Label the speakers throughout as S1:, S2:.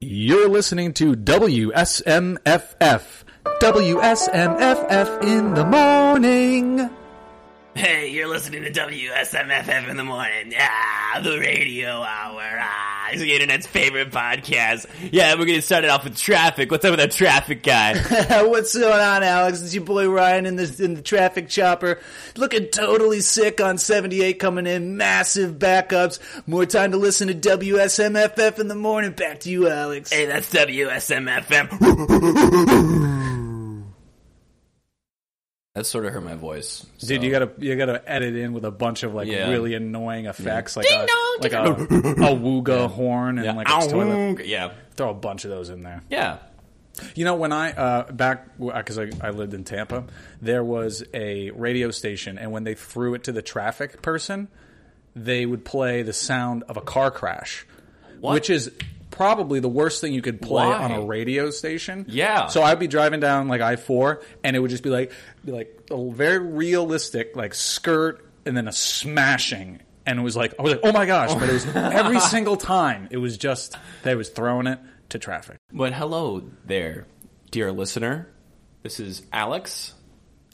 S1: You're listening to WSMFF. WSMFF in the morning.
S2: Hey, you're listening to WSMFF in the morning. Ah, the radio hour. Ah, it's the internet's favorite podcast. Yeah, we're gonna start it off with traffic. What's up with that traffic guy?
S3: What's going on, Alex? It's your boy Ryan in the in the traffic chopper, looking totally sick on 78 coming in. Massive backups. More time to listen to WSMFF in the morning. Back to you, Alex.
S2: hey, that's WSMFM. that sort of hurt my voice.
S1: Dude, you gotta you gotta edit in with a bunch of like
S2: Yeah.
S1: really annoying effects, like a, like a, a wooga horn and like a toilet.
S2: yeah,
S1: Throw a bunch of those in there.
S2: yeah.
S1: You know, when I uh, back because I, I lived in Tampa, there was a radio station, and when they threw it to the traffic person, they would play the sound of a car crash, which is probably the worst thing you could play
S2: Why?
S1: on a radio station.
S2: Yeah.
S1: So I'd be driving down like I four, and it would just be like be like a very realistic like skirt, and then a smashing. And it was like I was like, oh my gosh! But it was every single time. It was just they was throwing it to traffic.
S2: But hello there, dear listener. This is Alex,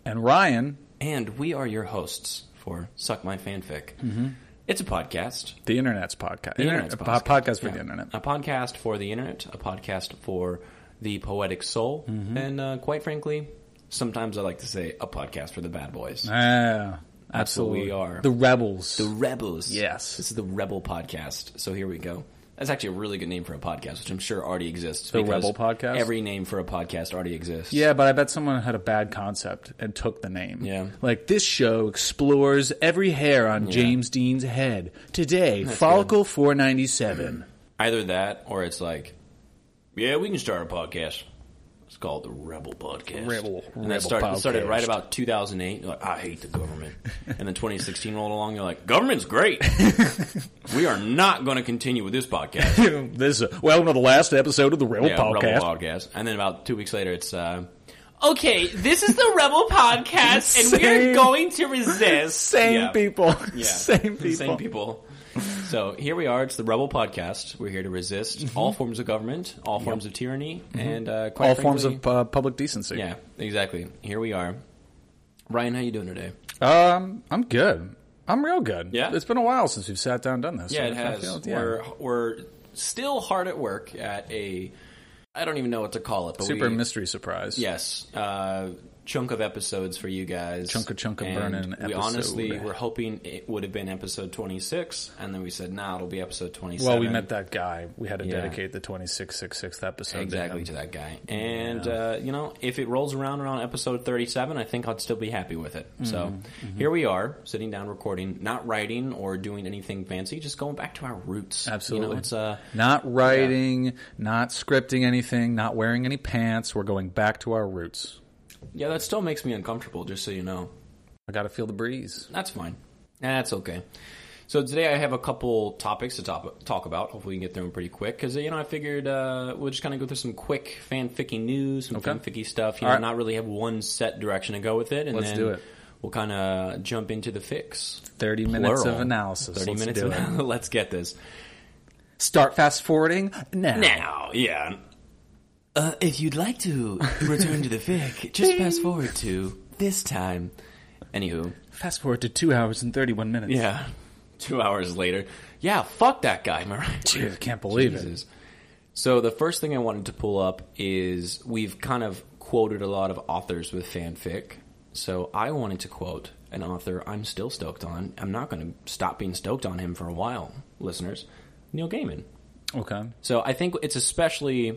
S1: And Ryan,
S2: and we are your hosts for Suck My Fanfic.
S1: Mm-hmm.
S2: It's a podcast.
S1: The internet's podcast. The
S2: internet's
S1: podcast.
S2: podcast.
S1: podcast for
S2: Yeah.
S1: the internet.
S2: A podcast for the internet, a podcast for the poetic soul,
S1: Mm-hmm.
S2: and uh, quite frankly, sometimes I like to say a podcast for the bad boys.
S1: Ah,
S2: what
S1: absolutely.
S2: we are.
S1: The rebels.
S2: The Rebels.
S1: Yes.
S2: This is the Rebel Podcast. So here we go. That's actually a really good name for a podcast, which I'm sure already exists.
S1: The
S2: because
S1: Rebel Podcast?
S2: Every name for a podcast already exists.
S1: yeah, but I bet someone had a bad concept and took the name.
S2: Yeah.
S1: Like this show explores every hair on James Dean's head. Today, Follicle 497.
S2: Either that or it's like, yeah, we can start a podcast. It's called the Rebel Podcast.
S1: Rebel- Rebel
S2: And that started, started
S1: Podcast.
S2: right about 2008. You're like, I hate the government. and then 2016 rolled along. You're like, government's great. we are not going to continue with this podcast.
S1: this is, welcome to the last episode of the Rebel
S2: yeah,
S1: Podcast.
S2: Rebel Podcast. And then about two weeks later, it's. Uh, Okay, this is the Rebel Podcast, and we're
S1: Same-
S2: going to resist.
S1: Same
S2: Yeah.
S1: people.
S2: Yeah.
S1: Same people.
S2: Same people. So here we are. It's the Rebel Podcast. We're here to resist all forms of government, all forms of tyranny, and uh, quite
S1: Mm-hmm. All forms
S2: frankly-
S1: of uh, public decency.
S2: yeah, exactly. Here we are. Ryan, how you doing today?
S1: Um, I'm good. I'm real good.
S2: Yeah?
S1: It's been a while since we've sat down and done this.
S2: Yeah,
S1: I
S2: it has.
S1: feel- yeah.
S2: We're we're still hard at work at a I don't even know what to call it, but
S1: Super
S2: we,
S1: mystery surprise.
S2: Yes, uh, chunk of episodes for you guys.
S1: Chunk of- chunk of
S2: And
S1: burning episode.
S2: We honestly were hoping it would have been episode twenty six, and then we said, "Nah, it'll be episode 27.
S1: Well, we met that guy. We had to
S2: Yeah.
S1: dedicate the 2666th episode to
S2: exactly
S1: him.
S2: to that guy. And uh, you know, if it rolls around around episode thirty-seven, I think I'd still be happy with it.
S1: Mm-hmm.
S2: So here we are, sitting down, recording, not writing or doing anything fancy, just going back to our roots. You know,
S1: Absolutely.
S2: it's uh,
S1: Not writing, not scripting anything, not wearing any pants. We're going back to our roots.
S2: yeah, that still makes me uncomfortable. Just so you know,
S1: I got to feel the breeze.
S2: that's fine. That's okay. So today I have a couple topics to top, talk about. Hopefully we can get through them pretty quick because you know I figured uh, we'll just kind of go through some quick fanficky news, some
S1: Okay.
S2: fanficky stuff. You know,
S1: All right.
S2: not really have one set direction to go with it, and
S1: Let's
S2: then
S1: do it.
S2: We'll kind of jump into the fix.
S1: 30 minutes
S2: Plural.
S1: of analysis.
S2: 30
S1: Let's
S2: minutes
S1: do
S2: of
S1: it.
S2: Let's get this.
S1: Start fast forwarding now.
S2: Now, yeah. Uh, if you'd like to return to the fic, just fast forward to this time. Anywho,
S1: Fast forward to 2 hours and 31 minutes.
S2: yeah. Two hours later. Yeah, fuck that guy, am I right?
S1: Dude, I can't believe it.
S2: Jesus. So the first thing I wanted to pull up is we've kind of quoted a lot of authors with fanfic. So I wanted to quote an author I'm still stoked on. I'm not going to stop being stoked on him for a while, listeners. Neil Gaiman.
S1: Okay.
S2: So I think it's especially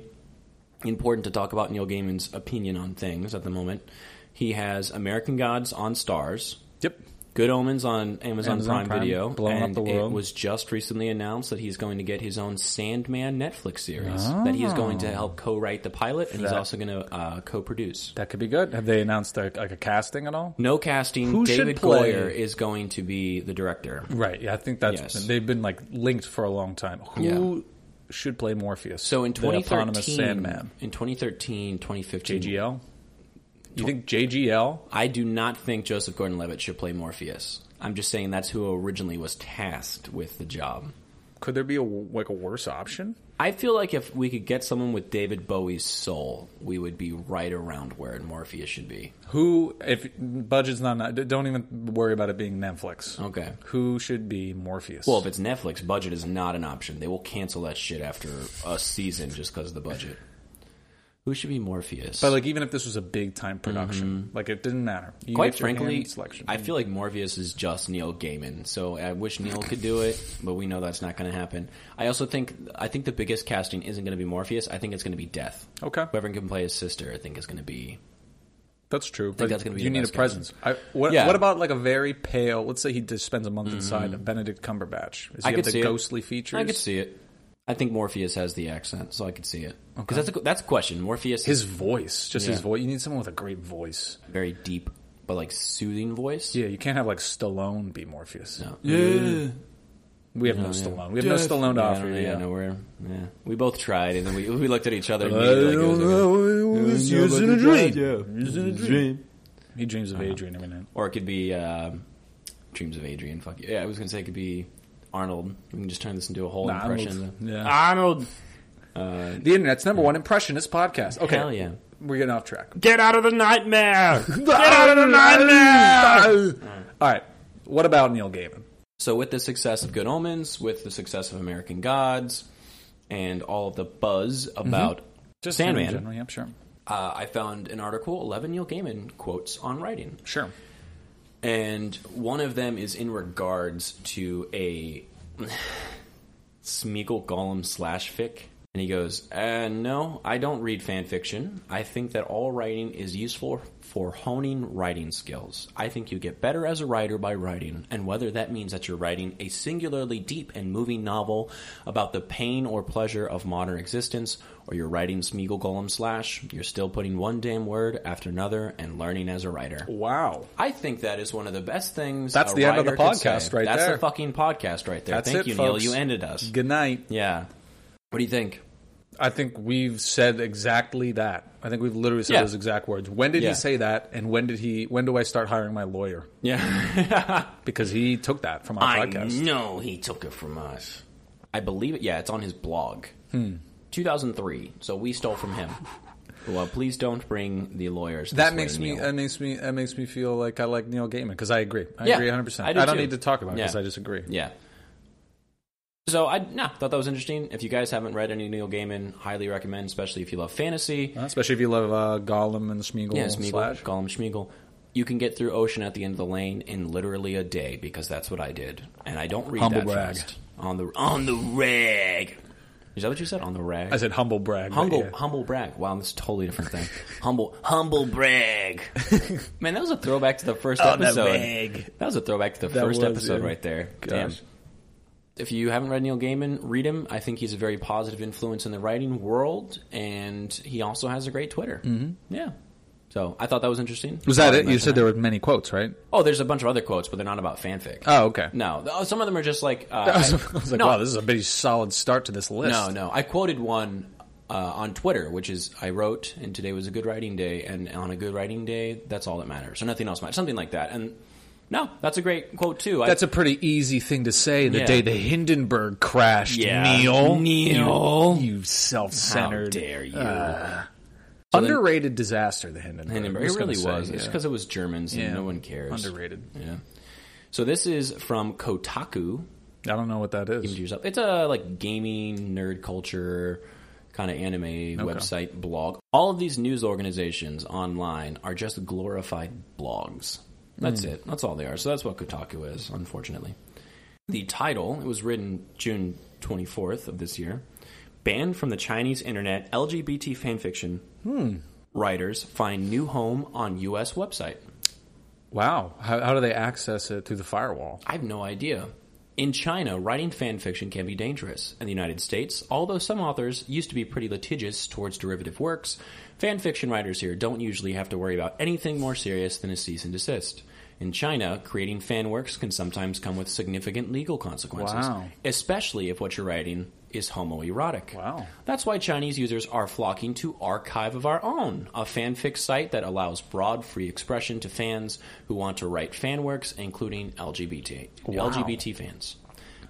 S2: important to talk about Neil Gaiman's opinion on things at the moment. He has American Gods on Stars,
S1: Yep.
S2: Good Omens on Amazon,
S1: Amazon
S2: Prime,
S1: Prime,
S2: Video,
S1: blowing up
S2: and
S1: the world.
S2: it was just recently announced that he's going to get his own Sandman Netflix series
S1: Ah.
S2: that he is going to help co-write the pilot, and he's
S1: That-
S2: also going to uh, co-produce.
S1: That could be good. Have they announced like, like a casting at all?
S2: No casting.
S1: Who should
S2: David
S1: play-
S2: Goyer is going to be the director.
S1: Right. Yeah, I think that's
S2: Yes.
S1: they've been like linked for a long time. Who should play Morpheus?
S2: So in
S1: the
S2: 2013,
S1: eponymous Sandman.
S2: in 2013, 2015,
S1: JGL? You think JGL?
S2: I do not think Joseph Gordon-Levitt should play Morpheus. I'm just saying that's who originally was tasked with the job.
S1: Could there be a w- like a worse option?
S2: I feel like if we could get someone with David Bowie's soul, we would be right around where Morpheus should be.
S1: Who, if budget's not, don't even worry about it being Netflix.
S2: Okay.
S1: Who should be Morpheus?
S2: Well, if it's Netflix, budget is not an option. They will cancel that shit after a season just because of the budget. Who should be Morpheus?
S1: but like, even if this was a big time production, like it didn't matter. You
S2: Mm-hmm. Quite
S1: get your hand
S2: frankly,
S1: selection.
S2: I feel like Morpheus is just Neil Gaiman. So I wish Neil could do it, but we know that's not going to happen. I also think I think the biggest casting isn't going to be Morpheus. I think it's going to be Death.
S1: Okay.
S2: Whoever can play his sister, I think, is going to be.
S1: that's true. But
S2: that's gonna be
S1: you
S2: the
S1: need a
S2: best
S1: presence. I, what,
S2: Yeah. Mm-hmm.
S1: what about like a very pale? Let's say he just spends a month inside of Benedict Cumberbatch. Is he
S2: I
S1: have
S2: could
S1: the
S2: see it.
S1: ghostly features?
S2: I could see it. I think Morpheus has the accent, so I could see it. Because that's a that's a question. Morpheus
S1: his
S2: is
S1: voice, just his
S2: Yeah.
S1: voice. You need someone with a great voice.
S2: very deep, but like soothing voice.
S1: Yeah, you can't have like Stallone be Morpheus.
S2: No.
S1: We have no, Stallone. We have
S2: Death.
S1: no Stallone to
S2: Yeah, I
S1: offer.
S2: don't-
S1: Yeah,
S2: yeah, no, we're- yeah. We both tried, and then we, we looked at each other. And
S1: I
S2: immediately, like, it
S1: don't
S2: was like a-
S1: know. It was used in a dream.
S2: Used in a dream. Uh-huh.
S1: He dreams of Adrian every night.
S2: Or it could be um, Dreams of Adrian. Fuck you. Yeah, I was gonna say it could be Arnold. We can just turn this into a whole impression.
S1: Yeah. Uh,
S2: Arnold.
S1: The internet's number one impressionist podcast. Okay.
S2: Hell yeah.
S1: We're getting off track.
S2: Get out of the nightmare.
S1: Get out of the nightmare! All right. What about Neil Gaiman?
S2: So, with the success of Good Omens, with the success of American Gods, and all of the buzz about
S1: in
S2: Sandman,
S1: general. Yep, sure.
S2: uh, I found an article, 11 Neil Gaiman quotes on writing.
S1: Sure.
S2: And one of them is in regards to a Smeagol Gollum slash fic. And he goes, uh, No, I don't read fan fiction. I think that all writing is useful for honing writing skills. I think you get better as a writer by writing, and whether that means that you're writing a singularly deep and moving novel about the pain or pleasure of modern existence, or you're writing Smeagol Gollum slash, you're still putting one damn word after another and learning as a writer.
S1: Wow.
S2: I think that is one of the best things.
S1: That's
S2: a
S1: the end of the
S2: writer could
S1: podcast
S2: say.
S1: right
S2: That's
S1: there.
S2: the fucking podcast right there.
S1: That's
S2: Thank
S1: it,
S2: you,
S1: folks.
S2: Neil. You ended us.
S1: Good night.
S2: Yeah. What do you think?
S1: I think we've said exactly that. I think we've literally said
S2: Yeah.
S1: those exact words. When did
S2: Yeah.
S1: he say that? And when did he? When do I start hiring my lawyer?
S2: Yeah.
S1: Because he took that from our podcast.
S2: know he took it from us. I believe it. Yeah, it's on his blog.
S1: Hmm.
S2: 2003. So we stole from him. well, please don't bring the lawyers. this
S1: That
S2: way,
S1: makes me.
S2: Neil.
S1: That makes me. That makes me feel like I like Neil Gaiman because I agree. I
S2: Yeah,
S1: agree 100. percent
S2: I do
S1: I don't
S2: too.
S1: need to talk about it because
S2: Yeah.
S1: I disagree.
S2: Yeah. So I nah, thought that was interesting. If you guys haven't read any Neil Gaiman, highly recommend, especially if you love fantasy.
S1: Especially if you love uh, Gollum and Smeagol.
S2: Yeah, Smeagol,
S1: slash.
S2: Gollum Schmeagol. You can get through Ocean at the end of the lane in literally a day because that's what I did, and I don't read
S1: Humble
S2: that
S1: brag.
S2: fast. On the on the rag. Is that what you said? On the rag.
S1: I said humble brag. but
S2: humble
S1: yeah.
S2: humble brag. Wow, that's a totally different thing. humble humble brag. Man, that was a throwback to the first
S1: On the
S2: episode.
S1: rag.
S2: That was a throwback to the
S1: That
S2: first
S1: was,
S2: episode
S1: yeah.
S2: right there.
S1: Gosh.
S2: Damn. If you haven't read Neil Gaiman, read him. I think he's a very positive influence in the writing world, and he also has a great Twitter. Mm-hmm. Yeah. So I thought that was interesting.
S1: Was that
S2: Thought I'd
S1: it? You
S2: mention
S1: said
S2: that.
S1: there were many quotes, right?
S2: Oh, there's a bunch of other quotes, but they're not about fanfic.
S1: Oh, okay.
S2: no, Oh, some of them are just like. Uh,
S1: I was,
S2: I-
S1: I was like,
S2: no,
S1: wow, this is a pretty solid start to this list.
S2: no, no. I quoted one uh, on Twitter, which is I wrote, and today was a good writing day, and on a good writing day, that's all that matters. So nothing else matters. Something like that. And no, that's a great quote too. I-
S1: That's a pretty easy thing to say the
S2: Yeah.
S1: day the Hindenburg crashed,
S2: Yeah.
S1: Neil.
S2: Neil.
S1: You, you
S2: how
S1: self-centered. uh,
S2: dare you? So then-
S1: Underrated disaster, the Hindenburg.
S2: Hindenburg.
S1: I'm
S2: It
S1: just
S2: really
S1: gonna say,
S2: was. It's
S1: yeah.
S2: because it was Germans and
S1: Yeah.
S2: no one cares.
S1: Underrated.
S2: Yeah. So this is from Kotaku.
S1: I don't know what that
S2: Do
S1: is.
S2: yourself. It's a like gaming nerd culture kind of anime website blog. All of these news organizations online are just glorified blogs. That's it. That's all they are. So that's what Kotaku is, unfortunately. The title, it was written June 24th of this year. Banned from the Chinese internet, LGBT fanfiction writers find new home on US website.
S1: Wow. How, how do they access it through the firewall?
S2: I have no idea. In China, writing fan fiction can be dangerous. In the United States, although some authors used to be pretty litigious towards derivative works, fan fiction writers here don't usually have to worry about anything more serious than a cease and desist. In China, creating fan works can sometimes come with significant legal consequences,
S1: Wow.
S2: especially if what you're writing is homoerotic.
S1: Wow.
S2: That's why Chinese users are flocking to Archive of Our Own, a fanfic site that allows broad free expression to fans who want to write fanworks, including LGBT,
S1: Wow.
S2: LGBT fans.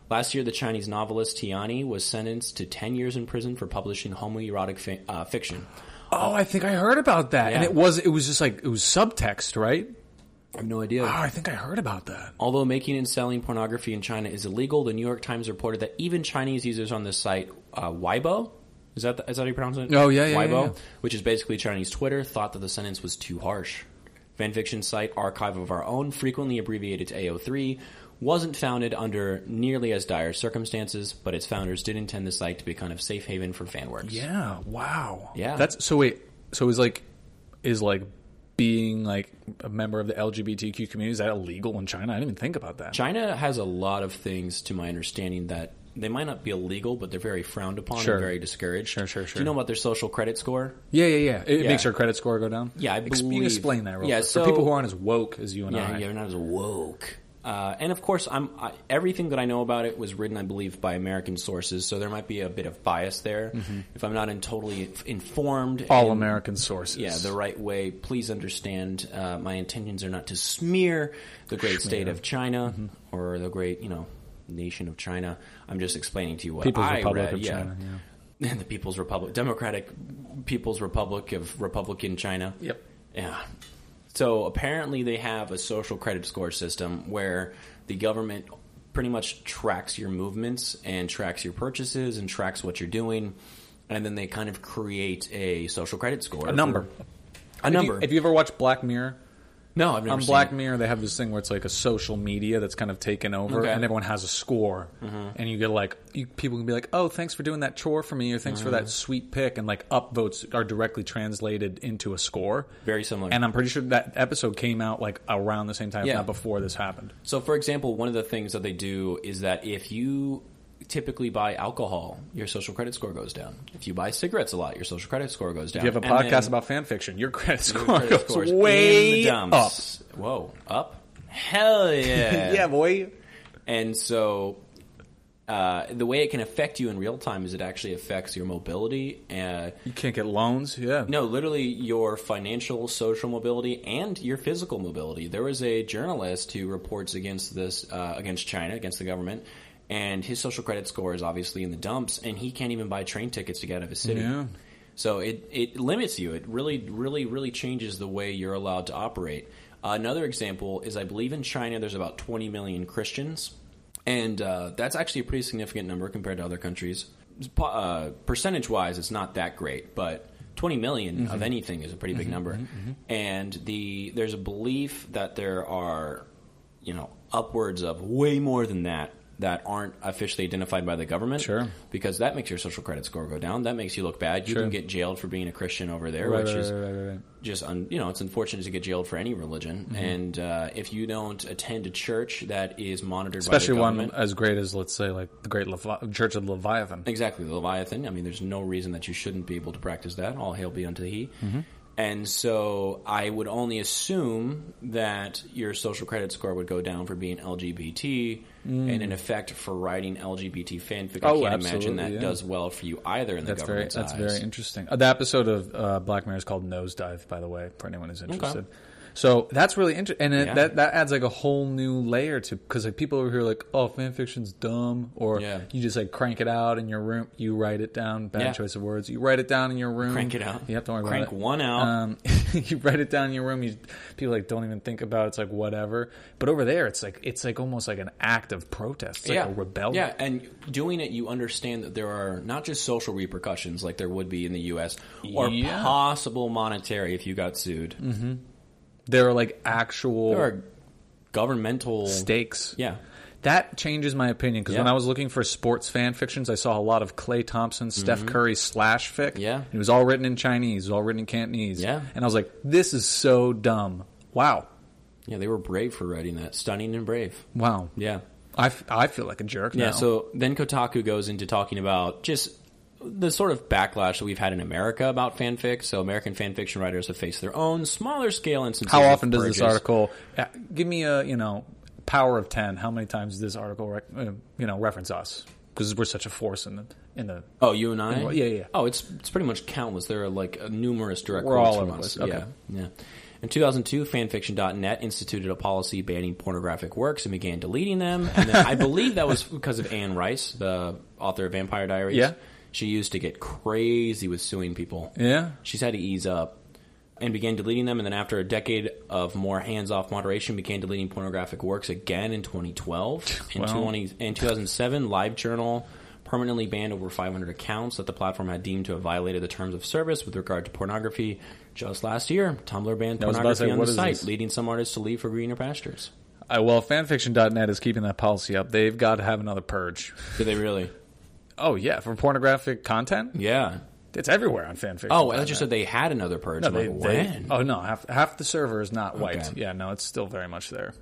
S2: Last year, the Chinese novelist Tiani was sentenced to 10 years in prison for publishing homoerotic fi- uh, fiction.
S1: Oh, I think I heard about that, and
S2: Yeah.
S1: it was it was just like it was subtext, right?
S2: I have no idea.
S1: Oh, I think I heard about that.
S2: Although making and selling pornography in China is illegal, the New York Times reported that even Chinese users on this site, uh, Weibo, is that the, is that how you pronounce it?
S1: Oh, yeah, yeah,
S2: Weibo,
S1: yeah, yeah.
S2: which is basically Chinese Twitter, thought that the sentence was too harsh. Fanfiction site Archive of Our Own, frequently abbreviated to AO3, wasn't founded under nearly as dire circumstances, but its founders did intend the site to be kind of safe haven for fanworks.
S1: Yeah. Wow.
S2: Yeah.
S1: That's so. Wait. So is like is like being like a member of the LGBTQ community is that illegal in China? I didn't even think about that.
S2: China has a lot of things, to my understanding, that they might not be illegal, but they're very frowned upon
S1: Sure.
S2: and very discouraged.
S1: Sure, sure, sure.
S2: Do you know about their social credit score?
S1: Yeah, yeah, yeah. It
S2: Yeah.
S1: makes your credit score go down.
S2: Yeah, I
S1: Ex- you
S2: believe-
S1: explain that real
S2: Yeah,
S1: quick.
S2: so-
S1: for people who aren't as woke as you and
S2: Yeah,
S1: I.
S2: you're not as woke. Uh, and of course, I'm I, everything that I know about it was written, I believe, by American sources, so there might be a bit of bias there. If I'm not in totally inf- informed,
S1: Mm-hmm. All
S2: and-
S1: American sources.
S2: yeah, the right way. Please understand, uh, my intentions are not to smear the great state of China
S1: Mm-hmm.
S2: or the great, you know, nation of China. I'm just explaining to you what
S1: People's
S2: I
S1: Republic
S2: read.
S1: of
S2: yeah.
S1: China,
S2: the People's Republic, Democratic People's Republic of Republican China.
S1: Yep.
S2: Yeah. So apparently they have a social credit score system where the government pretty much tracks your movements and tracks your purchases and tracks what you're doing. And then they kind of create a social credit score.
S1: a number. If
S2: A
S1: you-
S2: number.
S1: If you, ever watched Black Mirror,
S2: no, I've never
S1: on
S2: seen
S1: Black
S2: it.
S1: Mirror they have this thing where it's like a social media that's kind of taken over,
S2: Okay. Mm-hmm.
S1: and everyone has a score, and you get like you, people can be like, "Oh, thanks for doing that chore for me," or "Thanks for
S2: Mm-hmm.
S1: that sweet pick," and like upvotes are directly translated into a score.
S2: Very similar.
S1: And I'm pretty sure that episode came out like around the same time, if
S2: Yeah.
S1: not before this happened.
S2: So, for example, one of the things that they do is that if you typically buy alcohol, your social credit score goes down. If you buy cigarettes a lot, your social credit score goes down.
S1: If you have a
S2: And
S1: podcast
S2: then
S1: about fan fiction, your credit
S2: your
S1: score
S2: credit score's
S1: goes way
S2: in the
S1: up.
S2: dumps. Whoa, up? Hell yeah!
S1: Yeah, boy.
S2: And so uh, the way it can affect you in real time is it actually affects your mobility. Uh,
S1: You can't get loans. Yeah.
S2: no, literally your financial, social mobility, and your physical mobility. There was a journalist who reports against this, uh, against China, against the government, and his social credit score is obviously in the dumps, and he can't even buy train tickets to get out of his city.
S1: Yeah.
S2: So it, it limits you. It really, really, really changes the way you're allowed to operate. another example is I believe in China there's about 20 million Christians, and uh, that's actually a pretty significant number compared to other countries. Po- Uh, percentage wise, it's not that great, but 20 million of anything is a pretty big number. And the there's a belief that there are you know, upwards of way more than that that aren't officially identified by the government.
S1: Sure.
S2: Because that makes your social credit score go down. That makes you look bad. You
S1: Sure.
S2: can get jailed for being a Christian over there,
S1: Right,
S2: which
S1: right,
S2: is
S1: right, right, right.
S2: just, un, you know, it's unfortunate to get jailed for any religion.
S1: Mm-hmm.
S2: And uh, if you don't attend a church that is monitored
S1: Especially
S2: by the
S1: one uh,
S2: government.
S1: as great as, let's say, like the Great Levi- Church of Leviathan.
S2: Exactly, the Leviathan. I mean, there's no reason that you shouldn't be able to practice that. All hail be unto he.
S1: Mm-hmm.
S2: And so I would only assume that your social credit score would go down for being LGBT, and in effect for writing LGBT fanfic.
S1: Mm. Oh,
S2: I can't imagine
S1: absolutely,
S2: that
S1: yeah.
S2: does well for you either in the
S1: That's very
S2: government's
S1: that's
S2: eyes.
S1: very interesting. Uh, the episode of uh, Black Mirror is called Nosedive, by the way, for anyone who's interested. So that's really interesting, and it,
S2: Yeah.
S1: that that adds like a whole new layer to because like people over here are like, oh, fan fiction's dumb, or
S2: Yeah.
S1: you just like crank it out in your room, you write it down, bad
S2: Yeah.
S1: choice of words, you write it down in your room,
S2: Crank it out.
S1: you have to worry
S2: Crank
S1: about it.
S2: one out.
S1: Um, you write it down in your room. You people like don't even think about it. it's like whatever. But over there, it's like it's like almost like an act of protest, it's like a rebellion.
S2: Yeah, and doing it, you understand that there are not just social repercussions like there would be in the U.S. or
S1: Yeah. Mm-hmm.
S2: possible monetary if you got sued.
S1: There are like actual
S2: There are governmental
S1: stakes.
S2: Yeah.
S1: That changes my opinion because when
S2: Yeah.
S1: I was looking for sports fan fictions, I saw a lot of Clay Thompson, Steph Curry slash fic.
S2: Mm-hmm. Yeah.
S1: it was all written in Chinese, it was all written in Cantonese.
S2: Yeah.
S1: and I was like, this is so dumb. Wow,
S2: Yeah, they were brave for writing that. Stunning and brave.
S1: wow.
S2: Yeah.
S1: I, f- I feel like a jerk
S2: Yeah,
S1: now.
S2: so then Kotaku goes into talking about just the sort of backlash that we've had in America about fanfic. So American fanfiction writers have faced their own smaller scale instances.
S1: how
S2: of
S1: often does this
S2: purges.
S1: article uh, give me a you know power of ten? How many times does this article rec- uh, you know reference us because we're such a force in the in the
S2: Oh, you and I?
S1: Yeah, yeah, yeah.
S2: Oh, it's it's pretty much countless. There are like uh, numerous direct
S1: We're
S2: quotes
S1: all
S2: from
S1: over
S2: us.
S1: the place.
S2: Yeah, yeah. In 2002, fanfiction.net instituted a policy banning pornographic works and began deleting them. And then I believe that was because of Anne Rice, the author of Vampire Diaries.
S1: Yeah.
S2: She used to get crazy with suing people.
S1: Yeah.
S2: She's had to ease up and began deleting them. And then after a decade of more hands-off moderation, began deleting pornographic works again in 2012. In,
S1: Wow.
S2: 20, in 2007, LiveJournal permanently banned over 500 accounts that the platform had deemed to have violated the terms of service with regard to pornography. Just last year, Tumblr banned
S1: was about to say,
S2: pornography on
S1: what
S2: the
S1: is
S2: site,
S1: this?
S2: leading some artists to leave for greener pastures.
S1: I, well, fanfiction.net is keeping that policy up. They've got to have another purge.
S2: Did they really?
S1: Oh yeah, for pornographic content,
S2: Yeah.
S1: it's everywhere on fanfiction.
S2: Oh, I thought you said they had another purge.
S1: No,
S2: I'm
S1: they,
S2: like,
S1: they-
S2: when?
S1: oh no, half half the server is not wiped.
S2: Okay.
S1: Yeah, no, it's still very much there.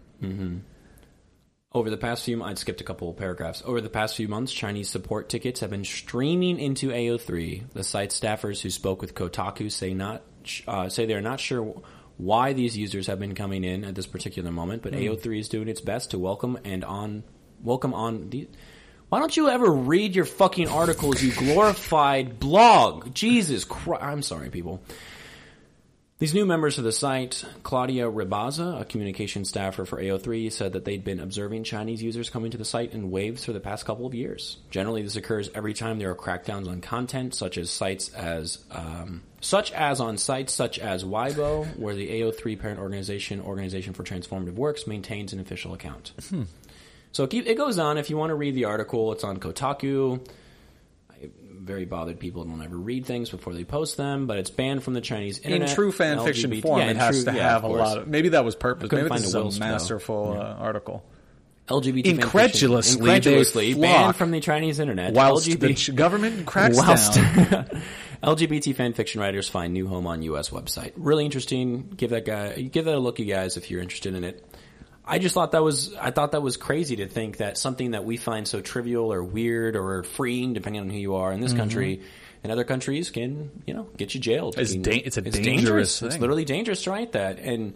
S2: Over the past few, I skipped a couple of paragraphs. Over the past few months, Chinese support tickets have been streaming into AO3. The site staffers who spoke with Kotaku say not uh, say they are not sure why these users have been coming in at this particular moment, but AO3 is doing its best to welcome and on welcome on. The, why don't you ever read your fucking articles, you glorified blog? Jesus Christ! I'm sorry, people. These new members of the site, Claudia Ribaza, a communication staffer for AO3, said that they'd been observing Chinese users coming to the site in waves for the past couple of years. Generally, this occurs every time there are crackdowns on content, such as sites as um, such as on sites such as Weibo, where the AO3 parent organization, Organization for Transformative Works, maintains an official account. So it, keep, it goes on. If you want to read the article, it's on Kotaku. I- Very bothered people don't ever read things before they post them, but it's banned from the Chinese internet.
S1: in true fan
S2: LGBT
S1: fiction form,
S2: yeah, in
S1: it has
S2: true-
S1: to
S2: yeah,
S1: have a
S2: course.
S1: lot of. Maybe that was purpose.
S2: couldn't
S1: Maybe
S2: find
S1: this is
S2: a
S1: a
S2: Wills, though.
S1: masterful uh, article.
S2: LGBT fan fiction.
S1: Incredulously, they
S2: incredulously
S1: flock
S2: banned from the Chinese internet.
S1: Whilst the
S2: LGBT
S1: ch- government cracks
S2: Whilst-
S1: down,
S2: LGBT fan fiction writers find new home on U.S. website. Really interesting. Give that guy, give that a look, you guys, if you're interested in it. I just thought that was, I thought that was crazy to think that something that we find so trivial or weird or freeing, depending on who you are in
S1: Mm-hmm.
S2: this country, in other countries can, you know, get you jailed.
S1: It's
S2: Can-
S1: da- it's a dangerous
S2: It's
S1: thing.
S2: literally dangerous to write that. And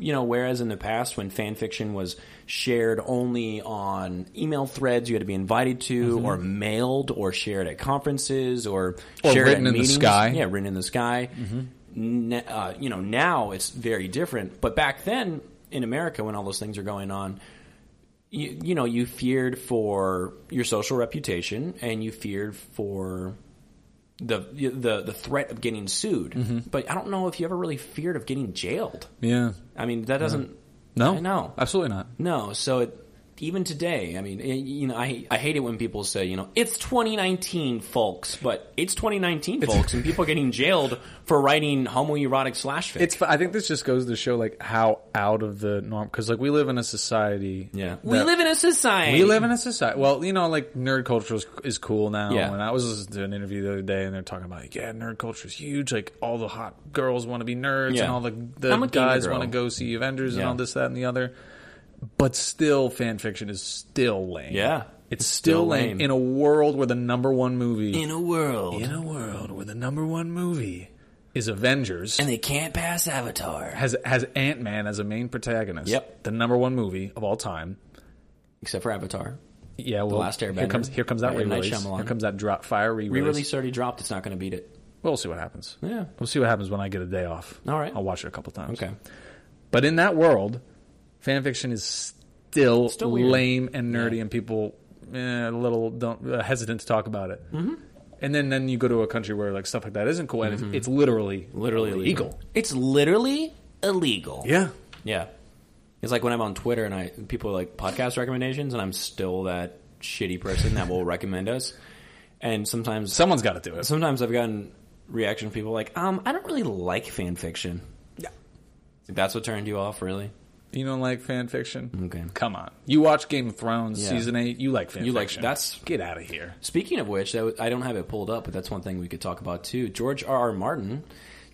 S2: you know, whereas in the past when fan fiction was shared only on email threads you had to be invited to,
S1: Mm-hmm.
S2: or mailed, or shared at conferences, or,
S1: Or written
S2: shared at
S1: in the
S2: meetings.
S1: sky. Mm-hmm.
S2: yeah, written in the sky. N- uh, you know, now it's very different. But back then in America, when all those things are going on, you, you know, you feared for your social reputation and you feared for the the the threat of getting sued. But I don't know if you ever really feared of getting jailed.
S1: yeah,
S2: I mean, that doesn't.
S1: no,
S2: I know.
S1: absolutely not.
S2: No, so it, even today, I mean, it, you know, I I hate it when people say, you know, it's 2019, folks, but it's 2019, folks, and people are getting jailed for writing homoerotic slash fic.
S1: It's. I think this just goes to show like how out of the norm because like we live in a society.
S2: yeah,
S1: that-
S2: we live in a society.
S1: We live in a society. Well, you know, like nerd culture is, is cool now.
S2: Yeah.
S1: And I was listening to an interview the other day, and they're talking about like, yeah, nerd culture is huge. Like all the hot girls want to be nerds,
S2: Yeah.
S1: and all the,
S2: I'm
S1: the
S2: a gamer
S1: guys
S2: girl.
S1: want to go see Avengers, and
S2: Yeah.
S1: all this, that, and the other. But still, fan fiction is still lame.
S2: Yeah.
S1: it's, still,
S2: still
S1: lame.
S2: lame.
S1: in a world where the number one movie
S2: in a world,
S1: in a world where the number one movie is Avengers
S2: and they can't pass Avatar
S1: has has Ant Man as a main protagonist.
S2: Yep.
S1: the number one movie of all time.
S2: except for Avatar.
S1: Yeah, well,
S2: Last
S1: here
S2: Airbender
S1: comes here comes that
S2: by M. Night
S1: re-release.
S2: Shyamalan.
S1: Here comes that drop fire re-release.
S2: Re-release already dropped. It's not going to beat it.
S1: We'll see what happens.
S2: Yeah.
S1: we'll see what happens when I get a day off.
S2: All right.
S1: I'll watch it a couple times.
S2: Okay.
S1: but in that world, fan fiction is still,
S2: Still weird.
S1: lame and nerdy, and people eh, a little don't uh, hesitant to talk about it. Mm-hmm. And then then you go to a country where like stuff like that isn't cool, and
S2: Mm-hmm.
S1: it's, it's literally
S2: literally
S1: illegal.
S2: It's literally illegal.
S1: Yeah.
S2: Yeah. It's like when I'm on Twitter and I people are like podcast recommendations and I'm still that shitty person that will recommend us. And sometimes
S1: Someone's got to do it.
S2: sometimes I've gotten reaction from people like, um, I don't really like fan fiction.
S1: Yeah.
S2: That's what turned you off, really?
S1: You don't like fan fiction?
S2: Okay.
S1: Come on. You watch Game of Thrones
S2: Yeah.
S1: season eight. You like fan
S2: You like-
S1: fiction?
S2: that's-
S1: get out of here.
S2: Speaking of which, that was, I don't have it pulled up, but that's one thing we could talk about too. George R. R. Martin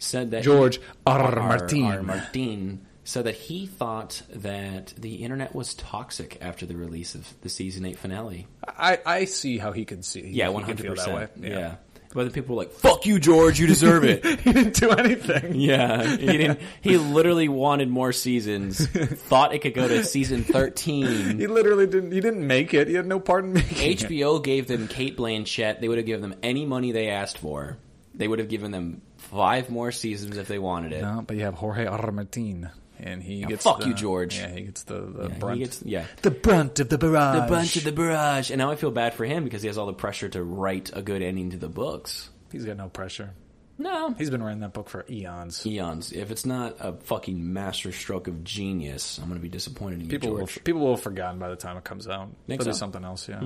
S2: said that
S1: George R.
S2: R.
S1: Martin.
S2: R. Martin said that he thought that the internet was toxic after the release of the season eight finale.
S1: I, I see how he could see. he-
S2: Yeah,
S1: he
S2: one
S1: could
S2: hundred
S1: feel that
S2: percent.
S1: way.
S2: Yeah. But the people were like, "Fuck you, George. You deserve it."
S1: he didn't do anything.
S2: yeah, he didn't. He literally wanted more seasons. Thought it could go to season thirteen.
S1: He literally didn't. He didn't make it. He had no part in making it.
S2: HBO gave them Kate Blanchett. They would have given them any money they asked for. They would have given them five more seasons if they wanted it.
S1: No, but you have Jorge Armatin, and he gets
S2: fuck
S1: the-
S2: you, George.
S1: Yeah, he gets the, the
S2: Yeah, he
S1: brunt.
S2: gets- yeah.
S3: The brunt of the barrage.
S2: The bunch of the barrage. And now I feel bad for him because he has all the pressure to write a good ending to the books.
S1: He's got no pressure.
S2: No.
S1: He's been writing that book for eons.
S2: Eons. If it's not a fucking masterstroke of genius, I'm going to be disappointed in you,
S1: People will
S2: George.
S1: people will have forgotten by the time it comes out.
S2: Think
S1: There'll be
S2: so. Hmm.
S1: something else. Yeah.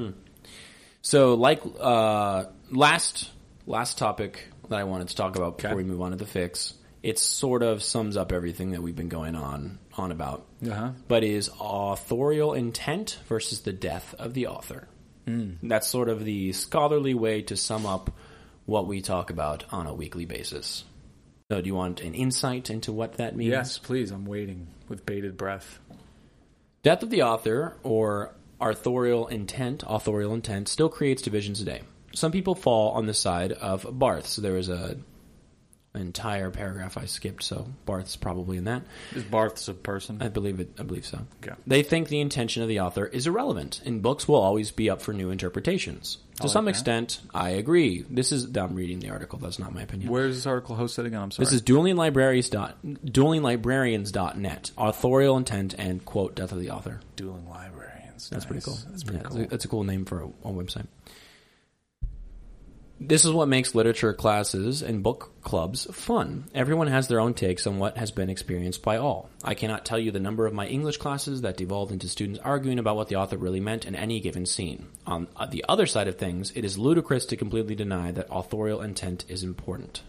S2: So, like uh, last last topic that I wanted to talk about before
S1: Okay.
S2: we move on to the fix, it sort of sums up everything that we've been going on on about.
S1: Uh-huh.
S2: But is authorial intent versus the death of the author.
S1: Mm.
S2: That's sort of the scholarly way to sum up what we talk about on a weekly basis. So, do you want an insight into what that means?
S1: Yes, please. I'm waiting with bated breath.
S2: Death of the author or authorial intent, authorial intent, still creates divisions today. Some people fall on the side of Barth. So there was a an entire paragraph I skipped, so Barth's probably in that.
S1: Is Barth's a person?
S2: I believe it. I believe so.
S1: Okay.
S2: They think the intention of the author is irrelevant, and books will always be up for new interpretations. To some
S1: that.
S2: extent, I agree. This is I'm reading the article. That's not my opinion.
S1: Where's this article hosted again? I'm sorry.
S2: This is duelinglibraries. duelinglibrarians.net. Authorial intent and quote death of the author.
S1: Dueling Librarians.
S2: That's pretty cool.
S1: That's pretty
S2: Yeah,
S1: cool.
S2: That's a, that's a cool name for a, a website. This is what makes literature classes and book clubs fun. Everyone has their own takes on what has been experienced by all. I cannot tell you the number of my English classes that devolved into students arguing about what the author really meant in any given scene. On uh, the other side of things, it is ludicrous to completely deny that authorial intent is important.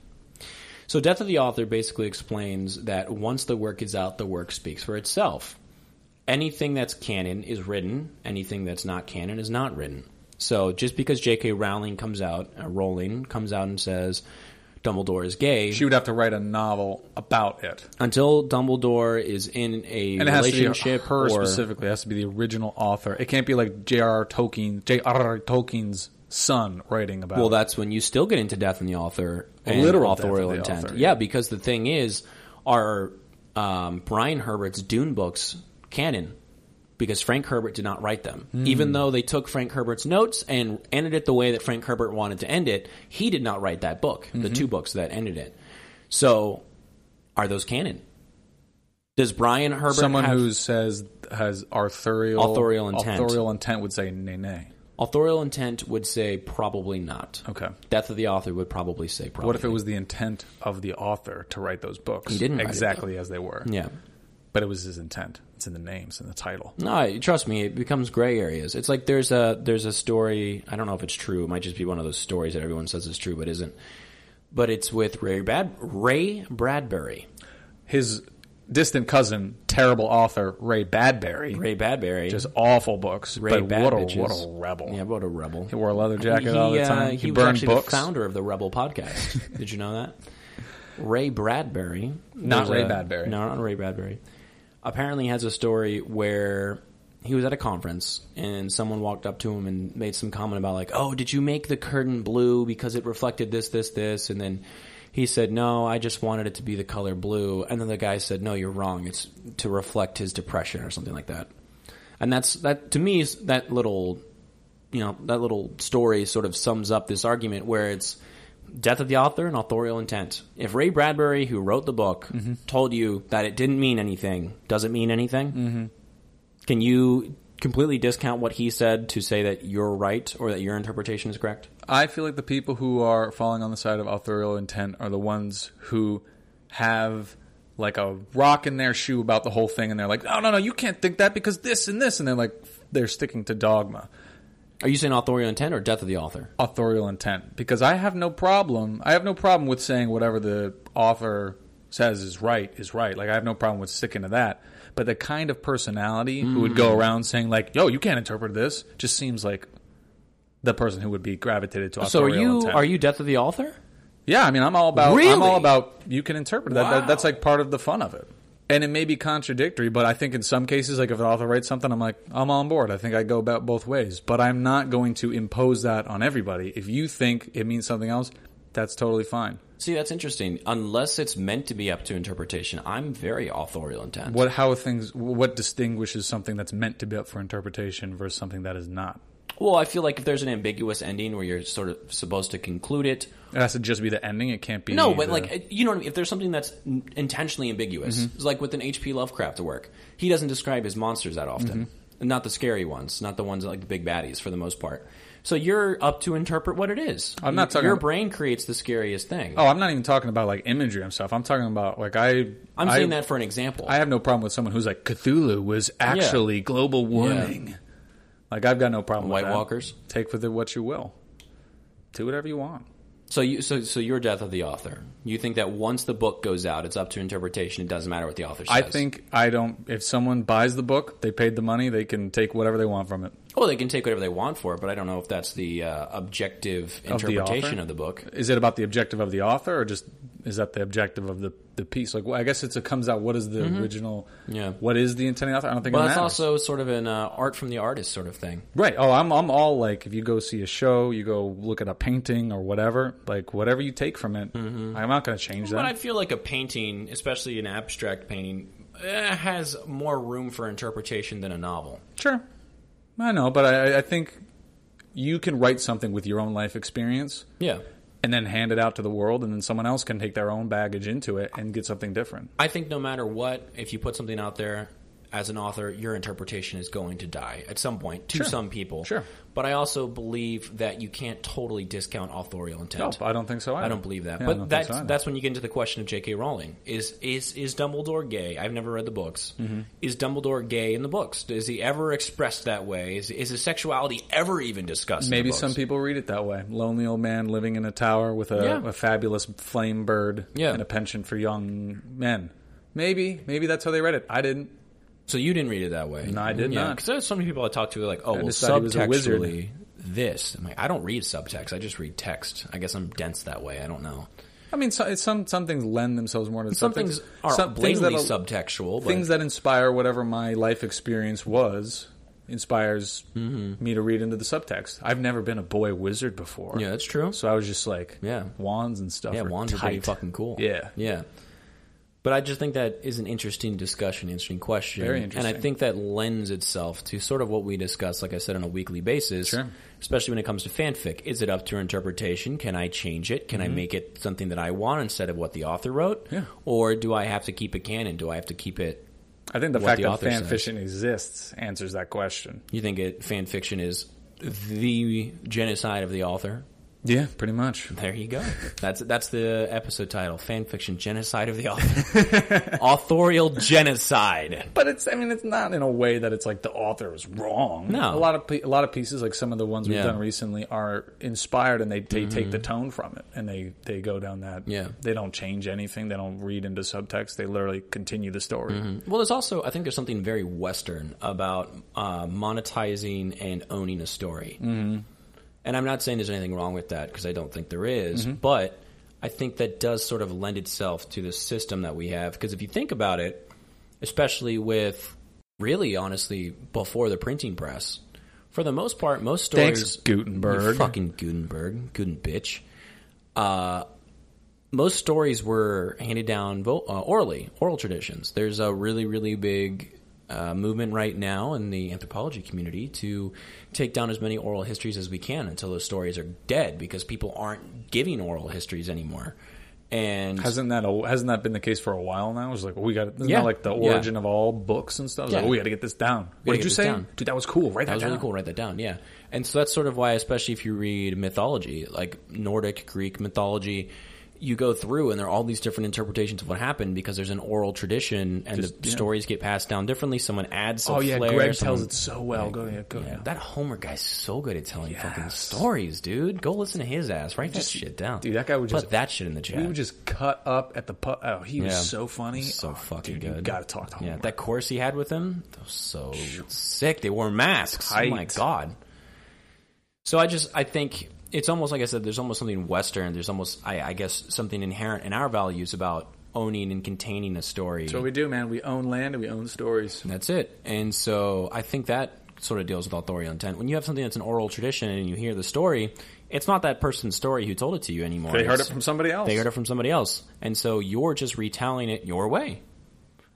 S2: So, Death of the Author basically explains that once the work is out, the work speaks for itself anything that's canon is written. Anything that's not canon is not written. So just because J.K. Rowling comes out, uh, Rowling comes out and says Dumbledore is gay,
S1: She would have to write a novel about it,
S2: until Dumbledore is in a
S1: and it has to be
S2: relationship
S1: her
S2: or
S1: specifically. It has to be the original author. It can't be like J.R.R. Tolkien, J.R.R. Tolkien's son writing about.
S2: well,
S1: it.
S2: that's when you still get into death in the author, and
S1: literal death
S2: authorial
S1: in the
S2: intent.
S1: author,
S2: yeah.
S1: yeah.
S2: because the thing is, are um, Brian Herbert's Dune books canon? Because Frank Herbert did not write them,
S1: Hmm.
S2: even though they took Frank Herbert's notes and ended it the way that Frank Herbert wanted to end it. He did not write that book,
S1: Mm-hmm.
S2: the two books that ended it. So, are those canon? Does Brian Herbert
S1: someone
S2: have-
S1: who says has Arthurial
S2: Authorial intent.
S1: Authorial intent would say nay nay.
S2: authorial intent would say probably not?
S1: Okay.
S2: Death of the author would probably say probably.
S1: What if it was the intent of the author to write those books?
S2: He didn't write it,
S1: exactly as they were.
S2: Yeah.
S1: But it was his intent. It's in the names and the title.
S2: No, trust me, it becomes gray areas. It's like there's a there's a story. I don't know if it's true. It might just be one of those stories that everyone says is true but isn't. But it's with Ray Brad Ray Bradbury.
S1: His distant cousin, terrible author Ray Badbury,
S2: Ray Bradbury.
S1: just awful books.
S2: Ray
S1: but
S2: Bad
S1: what a
S2: Bitches.
S1: what a rebel!
S2: Yeah, what a rebel.
S1: He wore a leather jacket
S2: He,
S1: all the
S2: uh,
S1: time.
S2: he,
S1: he
S2: was
S1: burned
S2: actually
S1: books.
S2: the founder of the Rebel podcast. Did you know that? Ray Bradbury,
S1: Not
S2: there's
S1: Ray
S2: a-
S1: Bradbury.
S2: No, not Ray Bradbury. Apparently, has a story where he was at a conference and someone walked up to him and made some comment about like, "Oh, did you make the curtain blue because it reflected this, this, this?" And then he said, "No, I just wanted it to be the color blue." And then the guy said, "No, you're wrong. It's to reflect his depression or something like that." And that's that to me is that little you know that little story sort of sums up this argument where it's death of the author and authorial intent. If Ray Bradbury, who wrote the book,
S1: Mm-hmm.
S2: told you that it didn't mean anything, does it mean anything? Mm-hmm. Can you completely discount what he said to say that you're right or that your interpretation is correct?
S1: I feel like the people who are falling on the side of authorial intent are the ones who have like a rock in their shoe about the whole thing, and they're like, "Oh no, no, you can't think that because this and this," and they're like, they're sticking to dogma,
S2: Are you saying authorial intent or death of the author?
S1: authorial intent. Because I have no problem, I have no problem with saying whatever the author says is right is right. Like I have no problem with sticking to that. But the kind of personality who would
S2: Mm.
S1: go around saying like, "Yo, you can't interpret this," just seems like the person who would be gravitated to
S2: So are
S1: authorial
S2: you
S1: intent.
S2: are you death of the author?
S1: Yeah, I mean, I'm all about.
S2: Really?
S1: I'm all about. You can interpret that,
S2: Wow.
S1: that. That's like part of the fun of it. And it may be contradictory, but I think in some cases, like if an author writes something, I'm like, I'm on board. I think I go about both ways, but I'm not going to impose that on everybody. If you think it means something else, that's totally fine.
S2: See, that's interesting. Unless it's meant to be up to interpretation, I'm very authorial intent.
S1: What how things what distinguishes something that's meant to be up for interpretation versus something that is not?
S2: Well, I feel like if there's an ambiguous ending where you're sort of supposed to conclude it,
S1: It has to just be the ending. It can't be
S2: no, but
S1: the-
S2: like you know, what I mean? if there's something that's n- intentionally ambiguous,
S1: Mm-hmm.
S2: it's like with an H.P. Lovecraft work, he doesn't describe his monsters that often,
S1: Mm-hmm.
S2: and not the scary ones, not the ones like the big baddies for the most part. So you're up to interpret what it is.
S1: I'm not
S2: Your-
S1: talking-
S2: Your brain creates the scariest thing.
S1: oh, I'm not even talking about like imagery and stuff. I'm talking about like I.
S2: I'm
S1: I-
S2: saying that for an example.
S1: I have no problem with someone who's like Cthulhu was actually global warming. Like I've got no problem.
S2: White
S1: with that.
S2: Walkers?
S1: Take with it what you will. Do whatever you want.
S2: so you, so, so your death of the author. You think that once the book goes out, it's up to interpretation. It doesn't matter what the author says.
S1: I think I don't. If someone buys the book, they paid the money. They can take whatever they want from it.
S2: Well, Oh, they can take whatever they want for it, but I don't know if that's the uh, objective
S1: Of the
S2: interpretation
S1: author?
S2: of the book.
S1: Is it about the objective of the author, or just is that the objective of the the piece? Like, well, I guess it's, it comes out. What is the original?
S2: Mm-hmm. Yeah.
S1: What is the intent of the author? I don't think.
S2: Well,
S1: it
S2: that's
S1: matters.
S2: also sort of an uh, art from the artist sort of thing.
S1: Right. Oh, I'm I'm all like if you go see a show, you go look at a painting or whatever, like whatever you take from it,
S2: Mm-hmm.
S1: I'm not going to change
S2: But I
S1: that.
S2: feel like a painting, especially an abstract painting, eh, has more room for interpretation than a novel.
S1: sure. I know, but I, I think you can write something with your own life experience
S2: Yeah.
S1: and then hand it out to the world and then someone else can take their own baggage into it and get something different.
S2: I think no matter what, if you put something out there as an author, your interpretation is going to die at some point to
S1: Sure.
S2: some people.
S1: Sure.
S2: But I also believe that you can't totally discount authorial
S1: No,
S2: intent.
S1: I don't think so either.
S2: I don't believe that.
S1: Yeah, I
S2: but
S1: don't think
S2: that's
S1: so either.
S2: that's when you get into the question of J.K. Rowling. Is is is Dumbledore gay? I've never read the books.
S1: Mm-hmm.
S2: Is Dumbledore gay in the books? Is he ever expressed that way? Is is his sexuality ever even discussed? in
S1: Maybe
S2: the
S1: some
S2: books?
S1: people read it that way. Lonely old man living in a tower with a,
S2: Yeah.
S1: a fabulous flame bird
S2: Yeah.
S1: and a penchant for young men. Maybe, maybe that's how they read it. I didn't.
S2: So you didn't read it that way.
S1: No, I did not.
S2: Because there's so many people I talked to. They're like, oh, well,
S1: just thought he was a wizard.
S2: subtextually, this. I'm like, I don't read subtext. I just read text. I guess I'm dense that way. I don't know.
S1: I mean, so, it's some some things lend themselves more to
S2: Some things are
S1: some things
S2: blatantly
S1: that'll-
S2: subtextual. But
S1: things that inspire whatever my life experience was inspires
S2: Mm-hmm.
S1: me to read into the subtext. I've never been a boy wizard before,
S2: yeah, that's true.
S1: so I was just like,
S2: Yeah.
S1: wands and stuff.
S2: Yeah,
S1: are
S2: wands are
S1: tight.
S2: pretty fucking cool.
S1: Yeah.
S2: yeah. But I just think that is an interesting discussion, interesting question.
S1: Very interesting.
S2: And I think that lends itself to sort of what we discuss, like I said, on a weekly basis,
S1: Sure.
S2: especially when it comes to fanfic. Is it up to interpretation? Can I change it? Can I make it something that I want instead of what the author wrote?
S1: Mm-hmm. Yeah.
S2: Or do I have to keep it canon? Do I have to keep it?
S1: I think the
S2: What
S1: fact
S2: the
S1: that
S2: author
S1: fan
S2: says.
S1: fiction exists answers that question.
S2: You think it fan fiction is the genocide of the author?
S1: Yeah, pretty much.
S2: There you go. That's that's the episode title: fanfiction genocide of the author, authorial genocide.
S1: But it's I mean it's not in a way that it's like the author is wrong.
S2: No.
S1: a lot of pe- a lot of pieces like some of the ones we've
S2: Yeah. Mm-hmm.
S1: done recently are inspired and they, they take the tone from it and they they go down that
S2: Yeah.
S1: they don't change anything they don't read into subtext they literally continue the story.
S2: Well, there's also I think there's something very Western about uh, monetizing and owning a story. Mm-hmm. And I'm not saying there's anything wrong with that because I don't think there is,
S1: Mm-hmm.
S2: but I think that does sort of lend itself to the system that we have. Because if you think about it, especially with really honestly before the printing press, for the most part, most stories
S1: Thanks, Gutenberg.
S2: You fucking Gutenberg, Guten bitch. Uh, most stories were handed down vo- uh, orally, oral traditions. There's a really, really big uh, movement right now in the anthropology community to take down as many oral histories as we can until those stories are dead because people aren't giving oral histories anymore. And
S1: Hasn't that al- hasn't that been the case for a while now? It's like well, we got isn't
S2: Yeah.
S1: that like the
S2: Yeah.
S1: origin of all books and stuff. It's
S2: Yeah.
S1: Like, oh, we got to get this down. What
S2: gotta
S1: did
S2: get
S1: you
S2: this
S1: say,
S2: down.
S1: dude? That was cool. Write that,
S2: that was
S1: down.
S2: really cool. Write that down. Yeah. And so that's sort of why, especially if you read mythology, like Nordic, Greek mythology, you go through and there are all these different interpretations of what happened because there's an oral tradition and
S1: Just-
S2: the
S1: yeah.
S2: stories get passed down differently. Someone adds some
S1: Oh yeah,
S2: flair.
S1: Greg
S2: someone-
S1: tells it so well. go ahead, go
S2: Yeah,
S1: ahead.
S2: that Homer guy's so good at telling fucking
S1: Yes.
S2: stories, dude. Go listen to his ass. Write that shit down,
S1: dude, that guy would
S2: put
S1: just-
S2: that shit in the chat.
S1: We would just cut up at the pu- oh he
S2: Yeah.
S1: was so funny,
S2: so
S1: Oh,
S2: fucking
S1: dude,
S2: good.
S1: You got to talk to him.
S2: Yeah, that course he had with him, that was so sick. They wore masks. Oh my
S1: Tight.
S2: god. So I just I think it's almost like I said. There's almost something Western. There's almost I, I guess something inherent in our values about owning and containing a story.
S1: That's what we do, man. We own land and we own stories.
S2: That's it. And so I think that sort of deals with authorial intent. When you have something that's an oral tradition and you hear the story, it's not that person's story who told it to you anymore.
S1: They heard it
S2: It's-
S1: from somebody else.
S2: They heard it from somebody else. And so you're just retelling it your way.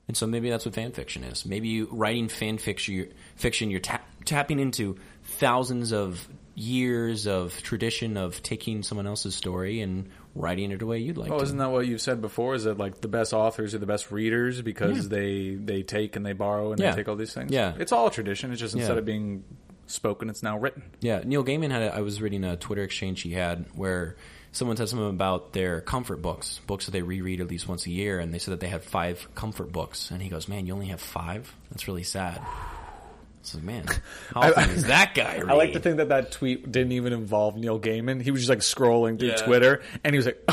S2: And so maybe that's what fan fiction is. Maybe you writing fan fiction, fiction you're ta- tapping into thousands of years of tradition of taking someone else's story and writing it the way you'd like
S1: Oh,
S2: to.
S1: isn't that what you've said before? Is that like the best authors are the best readers because they they take and they borrow and
S2: Yeah.
S1: they take all these things?
S2: Yeah.
S1: it's all tradition. It's just instead
S2: Yeah.
S1: of being spoken, it's now written.
S2: Yeah, Neil Gaiman had. A, I was reading a Twitter exchange he had where someone said something about their comfort books, books that they reread at least once a year, and they said that they had five comfort books, and he goes, "Man, you only have five? That's really sad." So, man, how often does that guy? Read?
S1: I like to think that that tweet didn't even involve Neil Gaiman. He was just like scrolling through
S2: Yeah.
S1: Twitter, and he was like,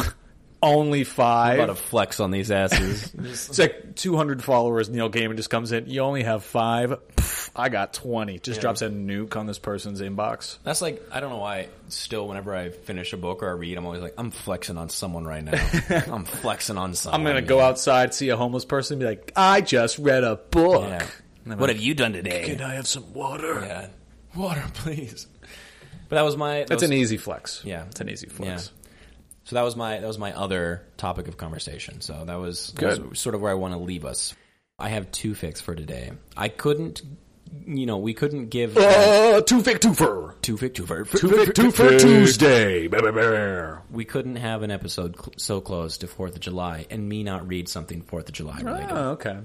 S1: "Only five.
S2: about a flex on these asses.
S1: It's like 200 followers. Neil Gaiman just comes in. You only have five. Pff, I got 20. Just drops a nuke on this person's inbox.
S2: That's like I don't know why. Still, whenever I finish a book or I read, I'm always like, I'm flexing on someone right now. I'm flexing on someone.
S1: I'm gonna go outside, see a homeless person, and be like, "I just read a book."
S2: Yeah.
S1: And I'm
S2: What
S1: like,
S2: have you done today?
S1: Can I have some water?
S2: Yeah. Water, please. But that was my. that
S1: That's
S2: was-
S1: an easy flex.
S2: Yeah.
S1: it's an easy
S2: Yeah.
S1: flex.
S2: So that was my that was my other topic of conversation. So that was, that
S1: Good.
S2: was sort of where I want to leave us. I have two fix for today. I couldn't, you know, we couldn't give
S1: Uh, two fig two fur.
S2: two fix two for,
S1: Two fig two fur Tuesday. Bah, bah, bah.
S2: We couldn't have an episode cl- so close to Fourth of July and me not read something Fourth of July related.
S1: Oh, okay.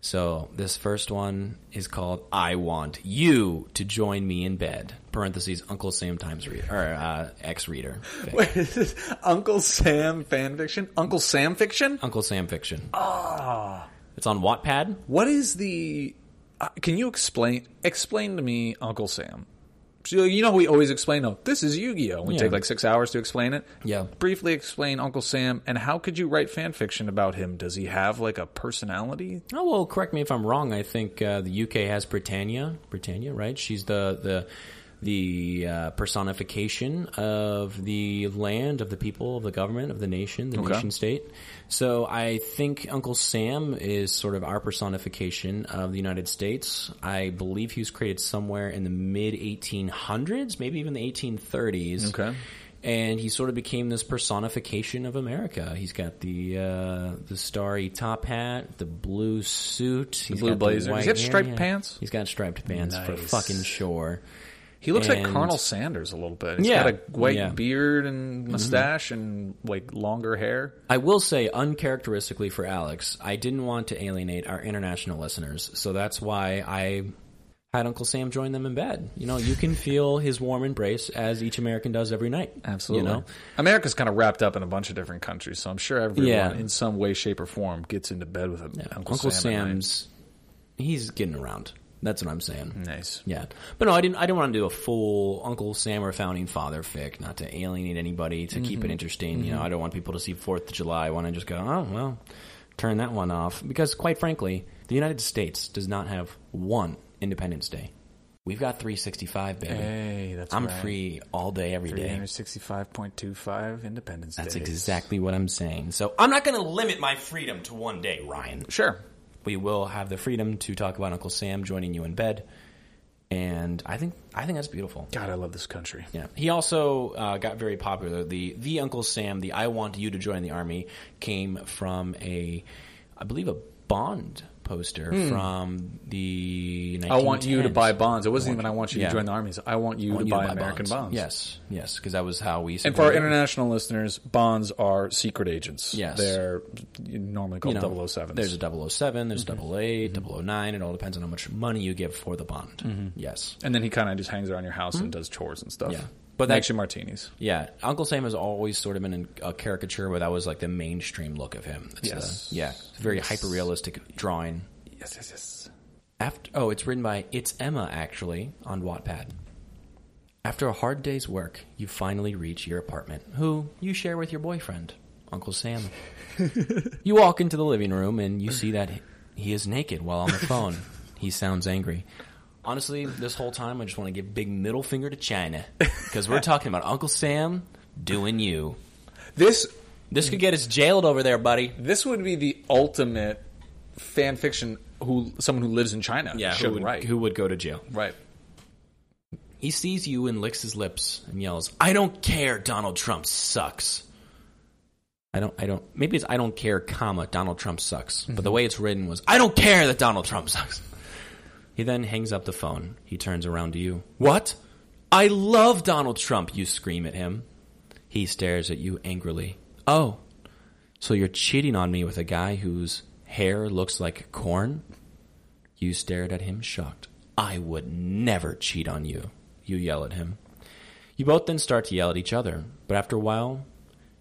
S2: So this first one is called "I Want You to Join Me in Bed." Parentheses Uncle Sam times reader or uh, ex reader.
S1: Wait, is this Uncle Sam fan fiction? Uncle Sam fiction?
S2: Uncle Sam fiction. Ah, it's on Wattpad.
S1: What is the? Uh, can you explain explain to me Uncle Sam? So you know we always explain though. This is Yu-Gi-Oh. We
S2: Yeah.
S1: take like six hours to explain it.
S2: Yeah.
S1: Briefly explain Uncle Sam and how could you write fan fiction about him? Does he have like a personality?
S2: Oh well, correct me if I'm wrong. I think uh, the UK has Britannia, Britannia, right? She's the the the uh, personification of the land, of the people, of the government, of the nation, the
S1: Okay.
S2: nation state. So I think Uncle Sam is sort of our personification of the United States. I believe he was created somewhere in the mid 1800s, maybe even the 1830s
S1: Okay.
S2: and he sort of became this personification of America. He's got the uh, the starry top hat, the blue suit, he's
S1: blue
S2: got the
S1: blazer. He's
S2: white
S1: got
S2: hair,
S1: striped
S2: yeah.
S1: pants?
S2: He's got striped pants for
S1: Nice.
S2: fucking sure.
S1: He looks like
S2: And-
S1: Colonel Sanders a little bit. He's
S2: Yeah.
S1: got a white
S2: Yeah. Mm-hmm.
S1: beard and mustache and like longer hair.
S2: I will say, uncharacteristically for Alex, I didn't want to alienate our international listeners, so that's why I had Uncle Sam join them in bed. You know, you can feel his warm embrace as each American does every night.
S1: Absolutely.
S2: You know?
S1: America's kind of wrapped up in a bunch of different countries, so I'm sure everyone
S2: Yeah.
S1: in some way, shape, or form gets into bed with him. Uncle,
S2: Uncle
S1: Sam at night.
S2: Sam's, he's getting around. That's what I'm saying.
S1: Nice.
S2: Yeah, but no, I didn't. I didn't want to do a full Uncle Sam or founding father fic, not to alienate anybody, to keep it interesting. You know, I don't want people to see Fourth of July when I just go, oh well, turn that one off. Because quite frankly, the United States does not have one Independence Day. We've got 365, baby.
S1: Hey, that's
S2: I'm
S1: right.
S2: free all day, every day.
S1: 365.25 Independence
S2: That's exactly what I'm saying. So I'm not going to limit my freedom to one day, Ryan.
S1: Sure.
S2: we will have the freedom to talk about Uncle Sam joining you in bed, and I think I think that's beautiful.
S1: God, I love this country.
S2: Yeah, he also uh, got very popular. The the Uncle Sam, the I want you to join the army, came from a, I believe a Bond poster from the. 1910s.
S1: Hmm. I want you to buy bonds. It wasn't even I want you
S2: yeah.
S1: to join the armies. I want you
S2: I want
S1: to
S2: you
S1: buy American bonds.
S2: Yes, yes, because that was how we.
S1: And for our international listeners, bonds are secret agents.
S2: Yes.
S1: They're normally called
S2: you know,
S1: 007s.
S2: There's a 007, there's double
S1: Mm-hmm.
S2: eight, double 009. It all depends on how much money you give for the bond.
S1: Mm-hmm.
S2: Yes.
S1: and then he kind of just hangs around your house and does chores and stuff.
S2: Hmm. Yeah. But
S1: But
S2: that-
S1: Makes you martinis.
S2: Yeah, Uncle Sam has always sort of been a caricature, but that was like the mainstream look of him. It's
S1: Yes.
S2: the- yeah, it's a very hyper realistic drawing.
S1: Yes, yes, yes.
S2: After oh, it's written by it's Emma actually on Wattpad. After a hard day's work, you finally reach your apartment, who you share with your boyfriend, Uncle Sam. you walk into the living room and you see that he is naked while on the phone. he sounds angry. Honestly, this whole time I just want to give big middle finger to China because we're talking about Uncle Sam doing you.
S1: This
S2: This could get us jailed over there, buddy.
S1: this would be the ultimate fan fiction who someone who lives in China
S2: who
S1: should
S2: would,
S1: write.
S2: who would go to jail?
S1: right.
S2: He sees you and licks his lips and yells, "I don't care. Donald Trump sucks." I don't. I don't. Maybe it's I don't care, comma Donald Trump sucks. But the way it's written was, "I don't care that Donald Trump sucks." He then hangs up the phone. He turns around to you. What? I love Donald Trump, you scream at him. He stares at you angrily. Oh, so you're cheating on me with a guy whose hair looks like corn? You stared at him, shocked. I would never cheat on you, you yell at him. You both then start to yell at each other, but after a while,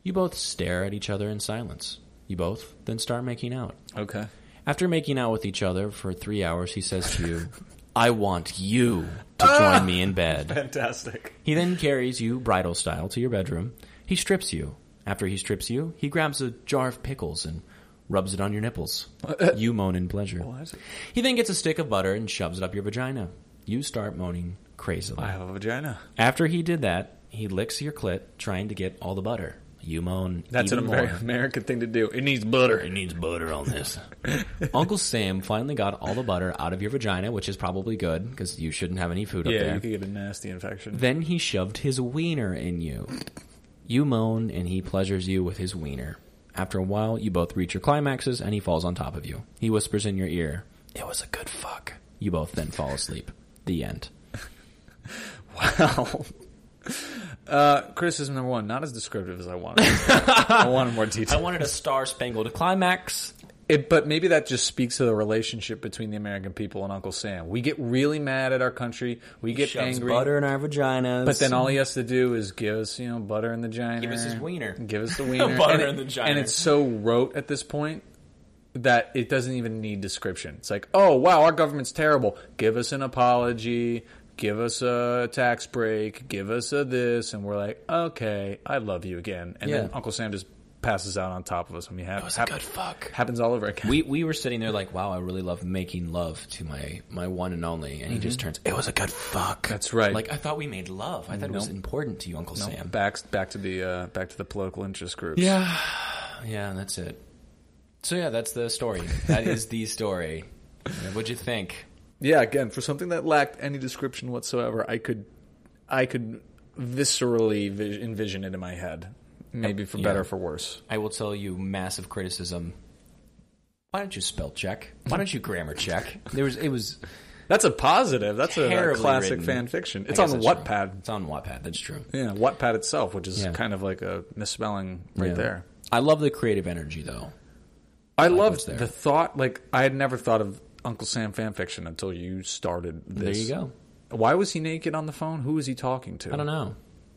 S2: you both stare at each other in silence. You both then start making out.
S1: Okay.
S2: After making out with each other for three hours, he says to you, I want you to join me in bed.
S1: Fantastic.
S2: He then carries you, bridal style, to your bedroom. He strips you. After he strips you, he grabs a jar of pickles and rubs it on your nipples. you moan in pleasure.
S1: What?
S2: He then gets a stick of butter and shoves it up your vagina. You start moaning crazily.
S1: I have a vagina.
S2: After he did that, he licks your clit, trying to get all the butter. You moan.
S1: That's
S2: even
S1: an very
S2: more.
S1: American thing to do. It needs butter.
S2: It needs butter on this. Uncle Sam finally got all the butter out of your vagina, which is probably good because you shouldn't have any food up
S1: Yeah,
S2: there.
S1: you could get a nasty infection.
S2: Then he shoved his wiener in you. You moan, and he pleasures you with his wiener. After a while, you both reach your climaxes, and he falls on top of you. He whispers in your ear, It was a good fuck. You both then fall asleep. The end.
S1: Wow. Uh, criticism number one, not as descriptive as I wanted. I wanted more detail.
S2: I wanted a star spangled climax.
S1: It, but maybe that just speaks to the relationship between the American people and Uncle Sam. We get really mad at our country. We get
S2: Shoves
S1: angry.
S2: butter in our vaginas.
S1: But then all he has to do is give us, you know, butter in the vagina.
S2: Give us his wiener.
S1: Give us the wiener.
S2: Butter
S1: and it-
S2: in the vagina.
S1: And it's so rote at this point that it doesn't even need description. It's like, oh wow, our government's terrible. Give us an apology. Give us a tax break. Give us a this, and we're like, okay, I love you again. And then
S2: Yeah.
S1: Uncle Sam just passes out on top of us when we have
S2: It was a
S1: hap-
S2: good fuck.
S1: happens all over again.
S2: We we were sitting there like, wow, I really love making love to my my one and only, and he just turns. It was a good fuck.
S1: That's right.
S2: Like I thought we made love. I thought it was
S1: Nope.
S2: important to you, Uncle Sam.
S1: back back to the uh, back to the political interest groups.
S2: Yeah, yeah, that's it. So yeah, that's the story. That is the story. Yeah, What'd you think?
S1: yeah again for something that lacked any description whatsoever i could i could viscerally vis- envision it in my head maybe for better or for worse
S2: I will tell you, massive criticism. Why don't you spell check? Why don't you grammar check? There was it was
S1: that's a positive that's a- a,
S2: terribly
S1: classic
S2: written.
S1: fan fiction
S2: I
S1: it's
S2: guess
S1: on
S2: that's
S1: wattpad
S2: True. It's on Wattpad. That's true.
S1: yeah wattpad itself which is
S2: Yeah.
S1: kind of like a misspelling right
S2: Yeah.
S1: there
S2: I love the creative energy though.
S1: i
S2: was
S1: loved
S2: there.
S1: the thought like i had never thought of uncle sam fan fiction until you started
S2: There
S1: this
S2: you go.
S1: why was he naked on the phone who was he talking to
S2: I don't know.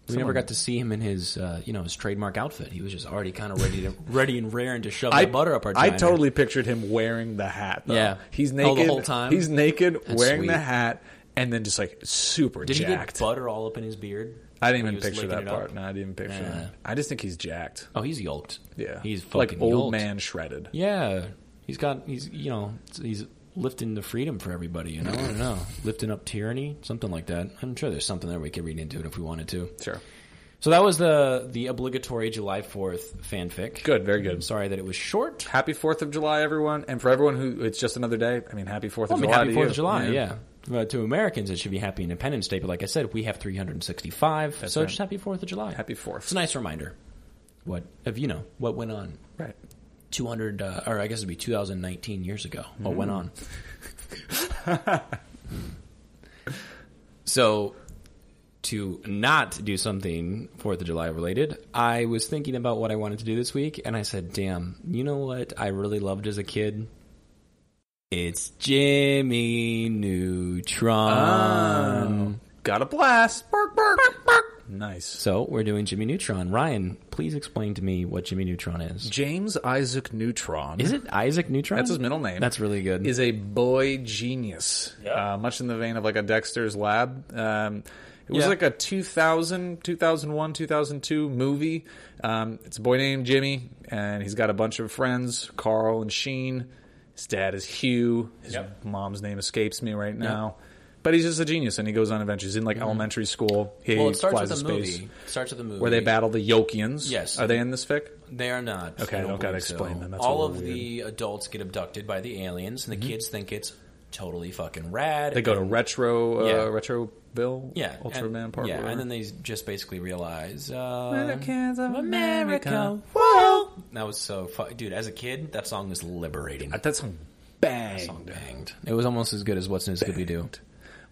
S2: We never got to see him in his, uh, you know, his trademark outfit. He was just already kind of ready to, ready and raring to shove the butter up our.
S1: I
S2: vagina.
S1: totally pictured him wearing the hat. Though.
S2: Yeah.
S1: he's
S2: Oh,
S1: naked
S2: the whole time?
S1: He's naked, wearing
S2: sweet.
S1: the hat, and then just like super
S2: Did
S1: jacked.
S2: he get butter all up in his beard?
S1: I didn't even
S2: when he was
S1: picture
S2: licking
S1: that
S2: it up?
S1: part. No, I didn't even picture
S2: Yeah.
S1: that. I just think he's jacked.
S2: Oh, he's yoked.
S1: Yeah,
S2: he's
S1: like
S2: fucking
S1: old
S2: yoked.
S1: man shredded.
S2: Yeah, he's got he's you know he's lifting the freedom for everybody. You know, I don't know, lifting up tyranny, something like that. I'm sure there's something there we could read into it if we wanted to.
S1: Sure.
S2: So that was the the obligatory July 4th fanfic.
S1: Good, very good.
S2: I'm sorry that it was short.
S1: Happy Fourth of July, everyone, and for everyone who it's just another day. I mean, Happy Fourth
S2: Well,
S1: of
S2: I mean,
S1: July.
S2: happy
S1: to
S2: Fourth
S1: you.
S2: of July, yeah. But to Americans, it should be Happy Independence Day. But like I said, we have 365, so
S1: right.
S2: just Happy Fourth of July.
S1: Happy
S2: It's
S1: Fourth.
S2: a nice reminder. What of you know what went on
S1: Right.
S2: 200 uh, or I guess it'd be 2019 years ago. What went on? so to not do something Fourth of July related, I was thinking about what I wanted to do this week, and I said, "Damn, you know what I really loved as a kid." It's Jimmy Ah. Neutron.
S1: Got a blast. Bark, bark, bark. Nice.
S2: So we're doing Jimmy Neutron. Ryan, please explain to me what Jimmy Neutron is.
S1: James Isaac Neutron.
S2: Is it Isaac Neutron?
S1: That's his middle name.
S2: That's really good.
S1: is a boy genius, uh, much in the vein of like a Dexter's Lab. Um, it was
S2: Yeah.
S1: like a 2000, 2001, 2002 movie. Um, it's a boy named Jimmy, and he's got a bunch of friends, Carl and Sheen. His dad is Hugh. His
S2: Yep.
S1: mom's name escapes me right now. But he's just a genius, and he goes on adventures. He's in like elementary school. He
S2: Mm-hmm. well, it starts
S1: flies
S2: with
S1: to
S2: a
S1: space.
S2: movie. It starts with a movie
S1: Where they battle the Yokians.
S2: Yes.
S1: Are they in this fic?
S2: They are not.
S1: Okay, I
S2: don't
S1: don't gotta
S2: believe
S1: explain them. That's a
S2: All
S1: little Mm-hmm.
S2: of the adults get abducted by the aliens, and the kids think it's totally fucking rad.
S1: They go to retro, uh,
S2: Yeah.
S1: retroville,
S2: yeah,
S1: Ultraman
S2: and,
S1: Park.
S2: Yeah,
S1: whatever. Eh.
S2: and then they just basically realize uh,
S1: We're the kids of America.
S2: Whoa! That was so fu- dude. As a kid, that song was liberating.
S1: That song
S3: banged.
S2: Song banged. It was almost as good as What's New Scooby Doo.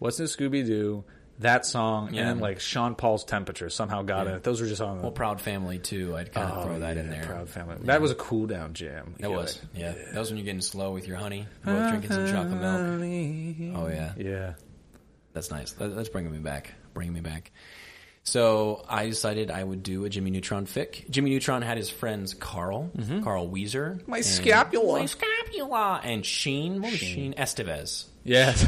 S1: What's in Scooby Doo? That song and like Sean Paul's temperature somehow got in it. Those were just on the
S2: Well, Proud Family too. I'd kind of throw that in there.
S1: Oh, Proud Family. That was a cool down jam.
S2: That was yeah. That was when you're getting slow with your honey, both drinking some chocolate milk. Oh yeah,
S1: Yeah.
S2: that's nice. That, that's bringing me back. Bringing me back. So I decided I would do a Jimmy Neutron fic. Jimmy Neutron had his friends Carl, Carl Weezer,
S1: Mm-hmm. My
S2: and-
S1: scapula.
S2: my scapula, and Sheen. What was Sheen? Estevez.
S1: Yes.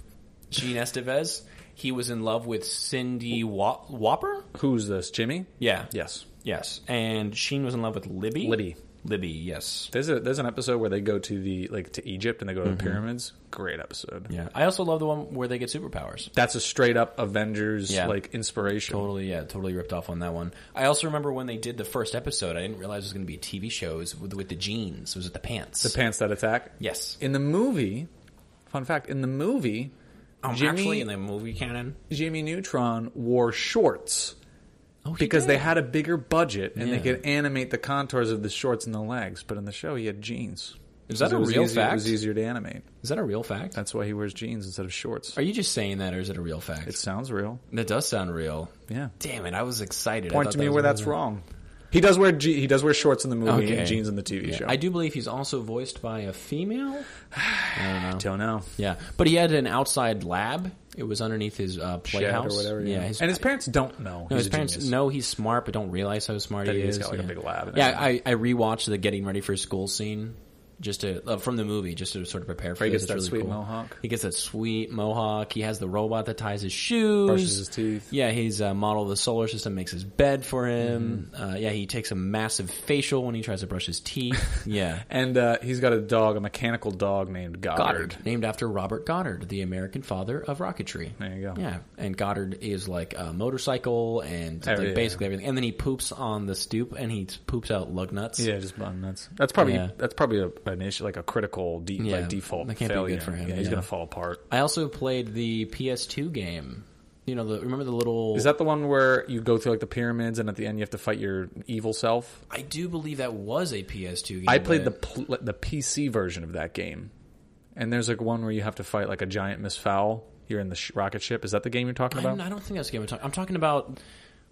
S2: Sheen Estevez. He was in love with Cindy Wa- Whopper.
S1: Who's this? Jimmy?
S2: Yeah.
S1: Yes.
S2: Yes. And Sheen was in love with Libby.
S1: Libby.
S2: Libby. Yes.
S1: There's a there's an episode where they go to the like to Egypt and they go to the pyramids. Great episode.
S2: Mm-hmm. Yeah. I also love the one where they get superpowers.
S1: That's a straight up Avengers
S2: Yeah.
S1: like inspiration.
S2: Totally, yeah, totally ripped off on that one. I also remember when they did the first episode. I didn't realize it was going to be TV shows with, with the jeans. Was it the pants?
S1: The pants that attack.
S2: yes.
S1: In the movie, fun fact, in the movie,
S2: Um,
S1: Jimmy-
S2: Actually, in the movie canon.
S1: Jimmy Neutron wore shorts
S2: Oh,
S1: because they had a bigger budget and they
S2: Yeah.
S1: could animate the contours of the shorts and the legs. But in the show, he had jeans.
S2: Is that
S1: Because it
S2: a
S1: was
S2: real
S1: easier- It
S2: fact?
S1: was easier to animate.
S2: Is that a real fact?
S1: That's why he wears jeans instead of shorts.
S2: Are you just saying that, or is it a real fact?
S1: It sounds real.
S2: that does sound real.
S1: Yeah.
S2: Damn it! I was excited. I
S1: Point
S2: thought
S1: to
S2: that
S1: me
S2: was
S1: where
S2: another
S1: that's
S2: one.
S1: wrong. He does wear je- he does wear shorts in the movie
S2: Okay.
S1: and jeans in the TV show.
S2: I do believe he's also voiced by a female.
S1: don't know.
S2: Yeah, but he had an outside lab. It was underneath his uh,
S1: Shed
S2: playhouse
S1: or whatever.
S2: Yeah, his,
S1: and his parents don't know.
S2: No,
S1: he's
S2: his
S1: a
S2: parents
S1: genius.
S2: know he's smart, but don't realize how smart he
S1: he has
S2: is.
S1: got, like, a
S2: yeah.
S1: big lab and
S2: Yeah, I, I rewatched the getting ready for school scene just to uh, from the movie, just to sort of prepare for.
S1: He
S2: this.
S1: gets
S2: It's
S1: that sweet
S2: cool.
S1: mohawk.
S2: He gets that sweet mohawk. He has the robot that ties his shoes,
S1: Brushes his teeth.
S2: Yeah, he's a model of the solar system, makes his bed for him.
S1: Mm-hmm.
S2: Uh, yeah, he takes a massive facial when he tries to brush his teeth. yeah.
S1: And uh, he's got a dog, a mechanical dog named Goddard.
S2: Goddard, named after Robert Goddard, the American father of rocketry.
S1: There you go.
S2: Yeah, and Goddard is like a motorcycle and like,
S1: Everything.
S2: basically everything. And then he poops on the stoop and he poops out lug nuts.
S1: Yeah, just bun nuts. That's probably
S2: Yeah.
S1: that's probably a, an issue, like a critical de-
S2: Yeah,
S1: like default
S2: that can't be
S1: failure
S2: good for him,
S1: Yeah, he's
S2: yeah.
S1: gonna fall apart.
S2: I also played the PS2 game. You know, the, remember the little?
S1: Is that the one where you go through like the pyramids and at the end you have to fight your evil self?
S2: I do believe that was a PS2 game.
S1: I played the
S2: but-
S1: pl- the PC version of that game, and there's like one where you have to fight like a giant Miss Fowl. You're in the sh- rocket ship. Is that the game you're talking
S2: I'm,
S1: about?
S2: I don't think that's the game I'm talking. I'm talking about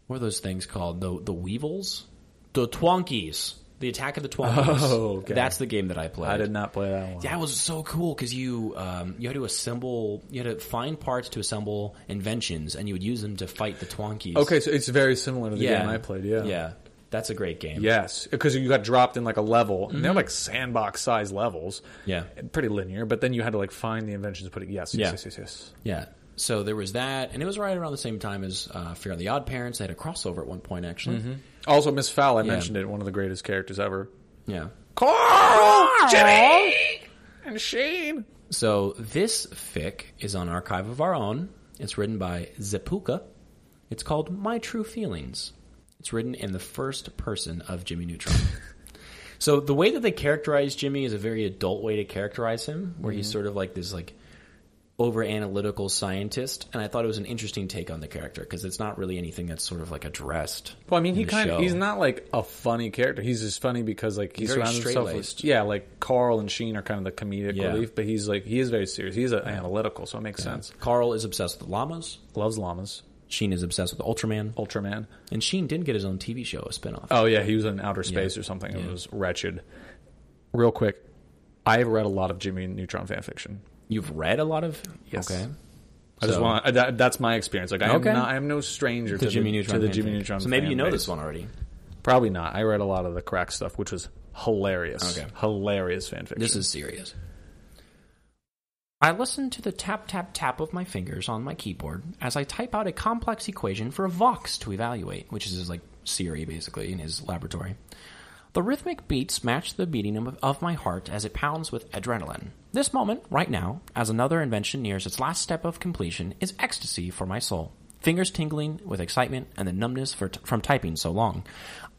S2: what are those things called? The the weevils, the twonkies, the attack of the twonkies.
S1: Oh, okay.
S2: That's the game that I played.
S1: I did not play that one.
S2: That was so cool because you um, you had to assemble, you had to find parts to assemble inventions, and you would use them to fight the Twonkies.
S1: Okay, so it's very similar to the
S2: yeah,
S1: game I played. Yeah,
S2: yeah, that's a great game.
S1: Yes, because you got dropped in like a level, and they're
S2: Mm-hmm.
S1: like sandbox size levels.
S2: Yeah.
S1: pretty linear. But then you had to like find the inventions, to put it. Yes, yes,
S2: Yeah.
S1: yes, yes, yes.
S2: yeah. So there was that, and it was right around the same time as uh, Fear of the Odd Parents. They had a crossover at one point, actually.
S1: Mm-hmm. Also, Miss Fowl, I mentioned it, one of the greatest characters ever.
S2: Yeah.
S1: Carl, Jimmy, and Shane.
S2: So this fic is on archive of our own. It's written by Zepuka. It's called My True Feelings. It's written in the first person of Jimmy Neutron. so the way that they characterize Jimmy is a very adult way to characterize him, where he's sort of like this like over analytical scientist. And I thought it was an interesting take on the character because it's not really anything that's sort of like addressed.
S1: Well, I mean,
S2: in
S1: he
S2: the
S1: kind
S2: show.
S1: of—he's not like a funny character. He's just funny because like he
S2: Very
S1: surrounds himself with
S2: straight-laced.
S1: yeah, like Carl and Sheen are kind of the comedic
S2: Yeah.
S1: relief, but he's like he is very serious. He's uh, analytical, so it makes sense.
S2: Carl is obsessed with llamas.
S1: Loves llamas,
S2: Sheen is obsessed with Ultraman.
S1: Ultraman.
S2: And Sheen did get his own TV show, a spinoff.
S1: Oh yeah, he was in outer space or something. It was wretched. Real quick, I've read a lot of Jimmy Neutron fan fiction.
S2: You've read a lot of
S1: Yes.
S2: Okay.
S1: I just
S2: So-
S1: want that, that's my experience. Like I
S2: Okay.
S1: am not, I am no stranger to,
S2: the Jimmy
S1: the,
S2: Neutron.
S1: to the
S2: fan
S1: Jimmy
S2: fic.
S1: Neutron.
S2: So maybe
S1: fan
S2: you know
S1: base.
S2: this one already.
S1: Probably not. I read a lot of the crack stuff, which was hilarious.
S2: Okay.
S1: Hilarious fan fiction.
S2: This is serious. I listen to the tap tap tap of my fingers on my keyboard as I type out a complex equation for a Vox to evaluate, which is his, like Siri basically in his laboratory. The rhythmic beats match the beating of- of my heart as it pounds with adrenaline. This moment, right now, as another invention nears its last step of completion, is ecstasy for my soul. Fingers tingling with excitement and the numbness for t- from typing so long.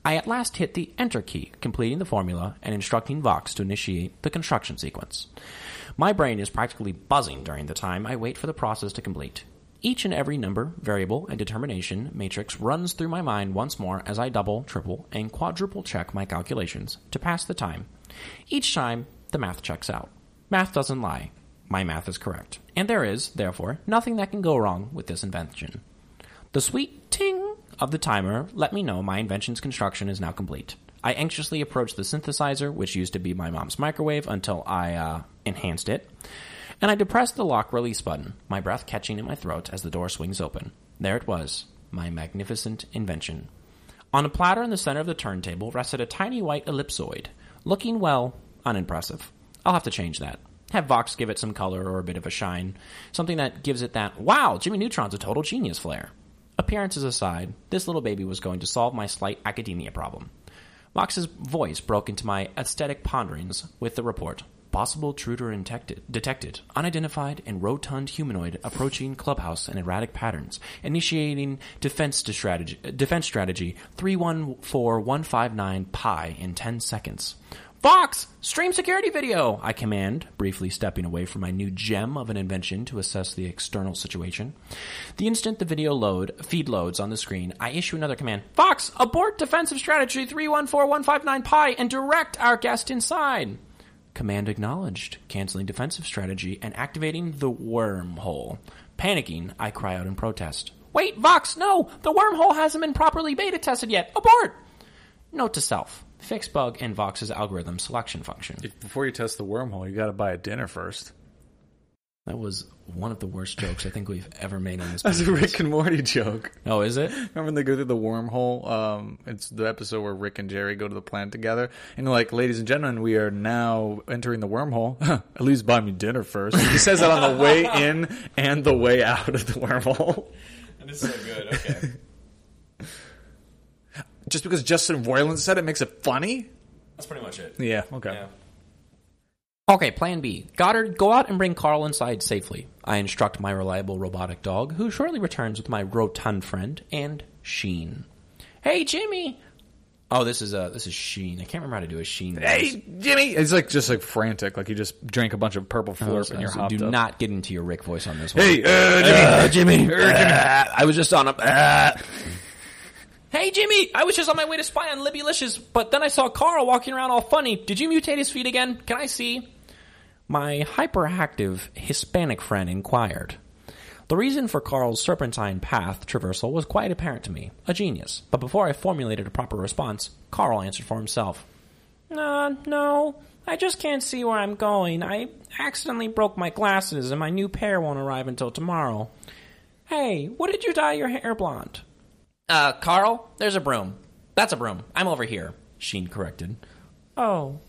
S2: I at last hit the enter key, completing the formula and instructing Vox to initiate the construction sequence. My brain is practically buzzing during the time I wait for the process to complete. Each and every number, variable, and determination matrix runs through my mind once more as I double, triple, and quadruple check my calculations to pass the time. Each time, the math checks out. Math doesn't lie. My math is correct. And there is, therefore, nothing that can go wrong with this invention. The sweet ting of the timer let me know my invention's construction is now complete. I anxiously approached the synthesizer, which used to be my mom's microwave, until I uh, enhanced it, and I depressed the lock release button, my breath catching in my throat as the door swings open. There it was, my magnificent invention. On a platter in the center of the turntable rested a tiny white ellipsoid, looking, well, unimpressive. I'll have to change that. Have Vox give it some color or a bit of a shine, something that gives it that, wow, Jimmy Neutron's a total genius flair. Appearances aside, this little baby was going to solve my slight academia problem. Vox's voice broke into my aesthetic ponderings with the report. Possible intruder detected, detected. Unidentified and rotund humanoid approaching clubhouse in erratic patterns. Initiating defense to strategy. Defense strategy three one four one five nine pi in ten seconds. Vox, stream security video. I command, briefly stepping away from my new gem of an invention to assess the external situation. The instant the video load feed loads on the screen, I issue another command. Vox, abort defensive strategy three one four one five nine pi and direct our guest inside. Command acknowledged, canceling defensive strategy and activating the wormhole. Panicking, I cry out in protest. Wait, Vox, no! The wormhole hasn't been properly beta tested yet! Abort! Note to self. Fix bug in Vox's algorithm selection function.
S1: Before you test the wormhole, you got to buy a dinner first.
S2: That was one of the worst jokes I think we've ever made on this
S1: That's a
S2: podcast.
S1: Rick and Morty joke.
S2: Oh, is it?
S1: Remember when they go through the wormhole? Um, it's the episode where Rick and Jerry go to the planet together, and they're like, "Ladies and gentlemen, we are now entering the wormhole. At least buy me dinner first. He says that on the way in and the way out of the wormhole.
S2: That is so good. Okay.
S1: Just because Justin Roiland said it makes it funny.
S2: That's pretty much it.
S1: Yeah. Okay.
S2: Okay, plan B. Goddard, go out and bring Carl inside safely. I instruct my reliable robotic dog, who shortly returns with my rotund friend and Sheen. Hey, Jimmy. Oh, this is uh, this is Sheen. I can't remember how to do a Sheen.
S1: Hey, Jimmy. It's like just like frantic. Like you just drank a bunch of purple
S2: voice.
S1: flurp and you're
S2: So
S1: hopped
S2: do
S1: up.
S2: not get into your Rick voice on this one.
S1: hey, uh, Jimmy.
S2: Uh, Jimmy. Uh, I was just on a. uh. Hey, Jimmy! I was just on my way to spy on Libulicious, but then I saw Carl walking around all funny. Did you mutate his feet again? Can I see? My hyperactive Hispanic friend inquired. The reason for Carl's serpentine path traversal was quite apparent to me. A genius. But before I formulated a proper response, Carl answered for himself. Uh, no. I just can't see where I'm going. I accidentally broke my glasses, and my new pair won't arrive until tomorrow. Hey, what did you dye your hair blonde? Uh, Carl, there's a broom. That's a broom. I'm over here, Sheen corrected. Oh.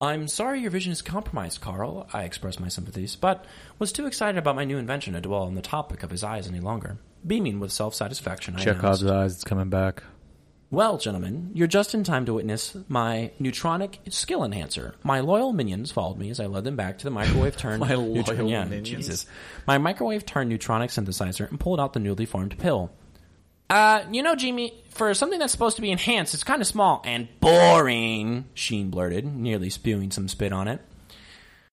S2: I'm sorry your vision is compromised, Carl, I expressed my sympathies, but was too excited about my new invention to dwell on the topic of his eyes any longer. Beaming with self satisfaction, I announced,
S1: eyes. It's coming back.
S2: well, gentlemen, you're just in time to witness my neutronic skill enhancer. My loyal minions followed me as I led them back to the microwave turned
S1: My loyal minions.
S2: Jesus. My microwave turned neutronic synthesizer and pulled out the newly formed pill. Uh, you know, Jimmy, for something that's supposed to be enhanced, it's kind of small and boring, Sheen blurted, nearly spewing some spit on it.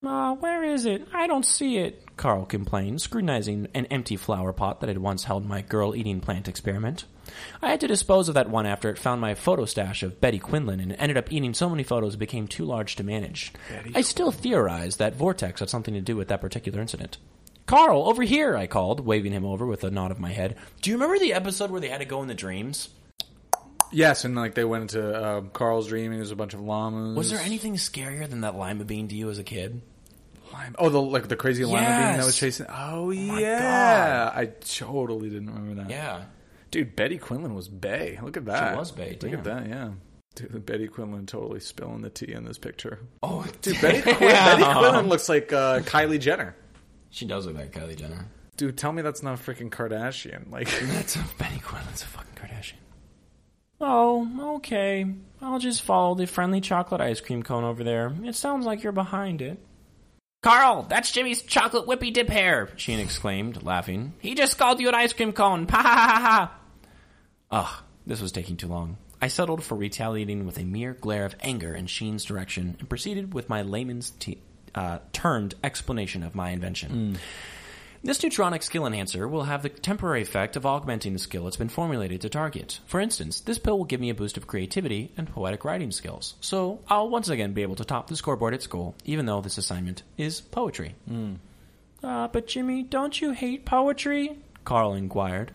S2: Uh, where is it? I don't see it, Carl complained, scrutinizing an empty flower pot that had once held my girl eating plant experiment. I had to dispose of that one after it found my photo stash of Betty Quinlan and ended up eating so many photos it became too large to manage. I still theorize that Vortex had something to do with that particular incident. Carl, over here, I called, waving him over with a nod of my head. Do you remember the episode where they had to go in the dreams?
S1: Yes, and like they went into um, Carl's dream. and There's a bunch of llamas.
S2: Was there anything scarier than that lima bean to you as a kid?
S1: Lime- Oh, the like the crazy llama bean that
S2: Yes.
S1: was chasing. Oh,
S2: my
S1: yeah, I totally didn't remember that.
S2: Yeah.
S1: dude, Betty Quinlan was Bay. Look at that.
S2: was bae,
S1: Look at
S2: damn.
S1: that. Yeah, dude, Betty Quinlan totally spilling the tea in this picture.
S2: Oh,
S1: Dude, Betty, Quin- Betty Quinlan looks like uh, Kylie Jenner.
S2: She does look like Kylie Jenner.
S1: Dude, tell me that's not a freaking Kardashian. Like,
S2: That's a Benny Quinlan's a fucking Kardashian. Oh, okay. I'll just follow the friendly chocolate ice cream cone over there. It sounds like you're behind it. Carl, that's Jimmy's chocolate whippy dip hair, Sheen exclaimed, laughing. He just called you an ice cream cone. Pa ha ha ha. Ugh, this was taking too long. I settled for retaliating with a mere glare of anger in Sheen's direction and proceeded with my layman's t- uh, termed explanation of my invention. This neutronic skill enhancer will have the temporary effect of augmenting the skill it's been formulated to target. For instance, this pill will give me a boost of creativity and poetic writing skills, so I'll once again be able to top the scoreboard at school, even though this assignment is poetry. Uh, but Jimmy, don't you hate poetry? Carl inquired.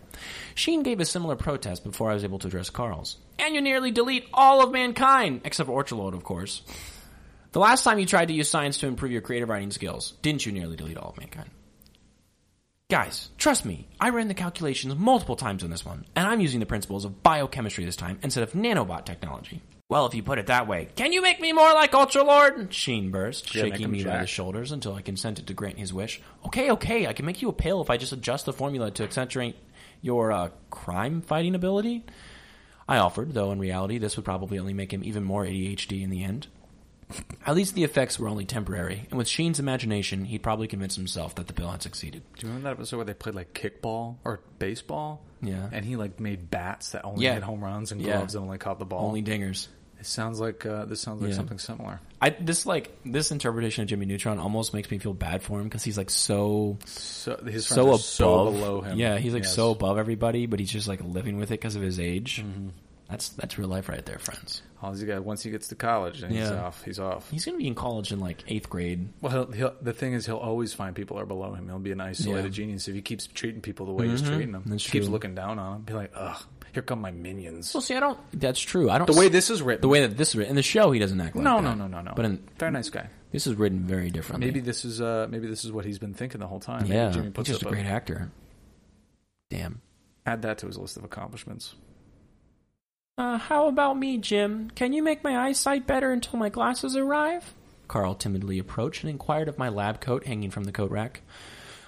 S2: Sheen gave a similar protest before I was able to address Carl's. And you nearly delete all of mankind! Except for Orchard, of course. The last time you tried to use science to improve your creative writing skills, didn't you nearly delete all of mankind? Guys, trust me, I ran the calculations multiple times on this one, and I'm using the principles of biochemistry this time instead of nanobot technology. Well, if you put it that way, can you make me more like Ultra Lord? Sheen burst,
S1: Yeah, make
S2: shaking
S1: him
S2: me by the
S1: jack.
S2: shoulders until I consented to grant his wish. Okay, okay, I can make you a pill if I just adjust the formula to accentuate your uh, crime fighting ability. I offered, though in reality, this would probably only make him even more ADHD in the end. At least the effects were only temporary, and with Sheen's imagination, he'd probably convince himself that the pill had succeeded.
S1: Do you remember that episode where they played like kickball or baseball?
S2: Yeah.
S1: And he like made bats that only
S2: Yeah.
S1: hit home runs and
S2: Yeah.
S1: gloves and only caught the ball.
S2: Only dingers.
S1: It sounds like uh, this sounds like
S2: Yeah.
S1: something similar.
S2: I this like this interpretation of Jimmy Neutron almost makes me feel bad for him because he's like so
S1: So his friends
S2: so
S1: are
S2: above
S1: so below him.
S2: Yeah, he's like
S1: Yes.
S2: so above everybody, but he's just like living with it because of his age. That's that's real life right there, friends.
S1: All he's got once he gets to college, and he's
S2: Yeah.
S1: off. He's off.
S2: He's gonna be in college in like eighth grade.
S1: Well, he'll, he'll, the thing is, he'll always find people that are below him. He'll be an isolated
S2: Yeah. Mm-hmm.
S1: genius if he keeps treating people the way he's treating them.
S2: That's
S1: keeps
S2: true.
S1: looking down on them. Be like, ugh, here come my minions.
S2: Well, see, I don't. That's true. I don't.
S1: The way this is written.
S2: the way that this is written in the show, he doesn't act like
S1: no,
S2: that.
S1: no, no, no, no.
S2: But in,
S1: Very nice guy.
S2: this is written very differently.
S1: Maybe this is uh, maybe this is what he's been thinking the whole time. Maybe
S2: yeah,
S1: Jimmy
S2: he's
S1: puts
S2: just a
S1: up
S2: great actor. Damn.
S1: add that to his list of accomplishments.
S2: Uh, how about me, Jim? Can you make my eyesight better until my glasses arrive? Carl timidly approached and inquired of my lab coat hanging from the coat rack.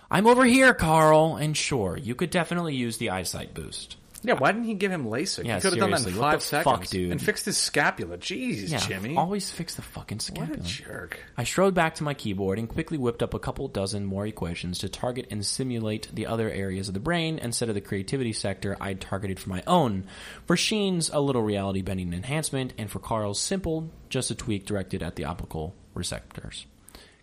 S2: I'm over here, Carl, and sure, you could definitely use the eyesight boost.
S1: Yeah, why didn't he give him LASIK?
S2: Yeah,
S1: he could have done that in
S2: seriously,
S1: five
S2: what the fuck,
S1: seconds
S2: dude?
S1: and fixed his scapula. Jeez,
S2: Yeah,
S1: Jimmy.
S2: always fix the fucking
S1: what a
S2: scapula.
S1: jerk.
S2: I strode back to my keyboard and quickly whipped up a couple dozen more equations to target and simulate the other areas of the brain instead of the creativity sector I'd targeted for my own. For Sheen's, a little reality bending enhancement, and for Carl's, simple, just a tweak directed at the optical receptors.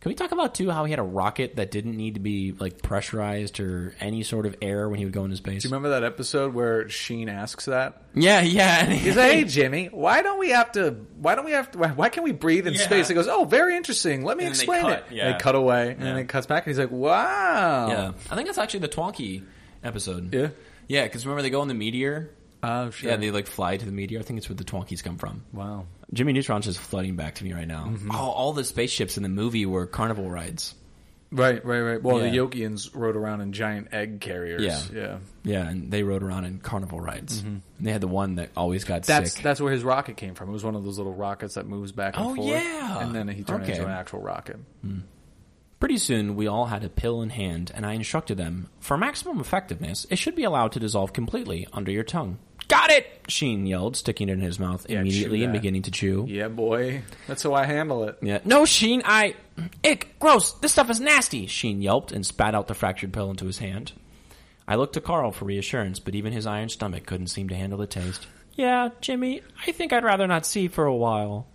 S2: Can we talk about too how he had a rocket that didn't need to be like pressurized or any sort of air when he would go into space?
S1: Do you remember that episode where Sheen asks that?
S2: yeah, yeah.
S1: He's like, "Hey Jimmy, why don't we have to? Why don't we have to? Why, why can we breathe in
S2: Yeah.
S1: space?" He goes, "Oh, very interesting. Let me
S2: And then they
S1: explain
S2: cut,
S1: it."
S2: yeah.
S1: And they cut away, and then it cuts back, and he's like, "Wow."
S2: yeah, I think that's actually the Twonky episode.
S1: Yeah?
S2: yeah. Because remember they go in the meteor
S1: Oh, sure.
S2: Yeah, they like fly to the meteor. I think it's where the Twonkies come from.
S1: wow.
S2: Jimmy Neutron's just flooding back to me right now. Oh, all the spaceships in the movie were carnival rides.
S1: Right, right, right. Well,
S2: Yeah.
S1: the Yokians rode around in giant egg carriers.
S2: Yeah.
S1: yeah.
S2: Yeah, and they rode around in carnival rides. And they had the one that always got
S1: That's
S2: sick.
S1: that's where his rocket came from. It was one of those little rockets that moves back and
S2: Oh,
S1: forth.
S2: yeah.
S1: and then he turned
S2: Okay.
S1: into an actual rocket.
S2: Pretty soon, we all had a pill in hand, and I instructed them for maximum effectiveness, it should be allowed to dissolve completely under your tongue. Got it! Sheen yelled, sticking it in his mouth
S1: chew
S2: immediately and
S1: that.
S2: beginning to chew.
S1: Yeah, boy. That's how I handle it.
S2: Yeah. No, Sheen, I. Ick, gross, this stuff is nasty, Sheen yelped and spat out the fractured pill into his hand. I looked to Carl for reassurance, but even his iron stomach couldn't seem to handle the taste. Yeah, Jimmy, I think I'd rather not see for a while.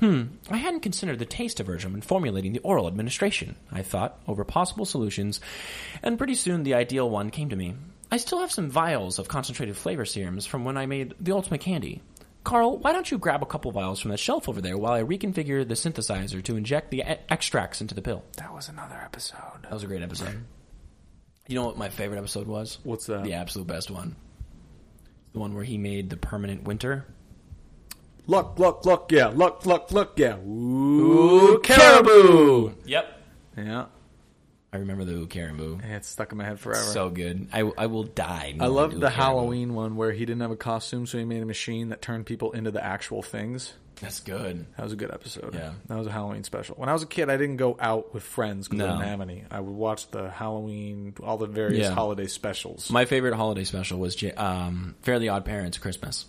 S2: Hmm, I hadn't considered the taste aversion when formulating the oral administration, I thought, over possible solutions, and pretty soon the ideal one came to me. I still have some vials of concentrated flavor serums from when I made the ultimate candy. Carl, why don't you grab a couple vials from that shelf over there while I reconfigure the synthesizer to inject the e- extracts into the pill?
S1: That was another episode.
S2: That was a great episode. You know what my favorite episode was?
S1: What's that?
S2: The absolute best one. The one where he made the permanent winter.
S1: Look, look, look, yeah, look, look, look, yeah. Ooh, caribou.
S2: Yep.
S1: Yeah,
S2: I remember the Ooh Caribou.
S1: Yeah, it's stuck in my head forever.
S2: So good. I, I will die.
S1: I love the Halloween one where he didn't have a costume, so he made a machine that turned people into the actual things.
S2: That's good.
S1: That was a good episode.
S2: Yeah.
S1: that was a Halloween special. When I was a kid, I didn't go out with friends because
S2: No.
S1: I didn't have any. I would watch the Halloween, all the various
S2: Yeah.
S1: holiday specials.
S2: My favorite holiday special was J- um, Fairly Odd Parents Christmas.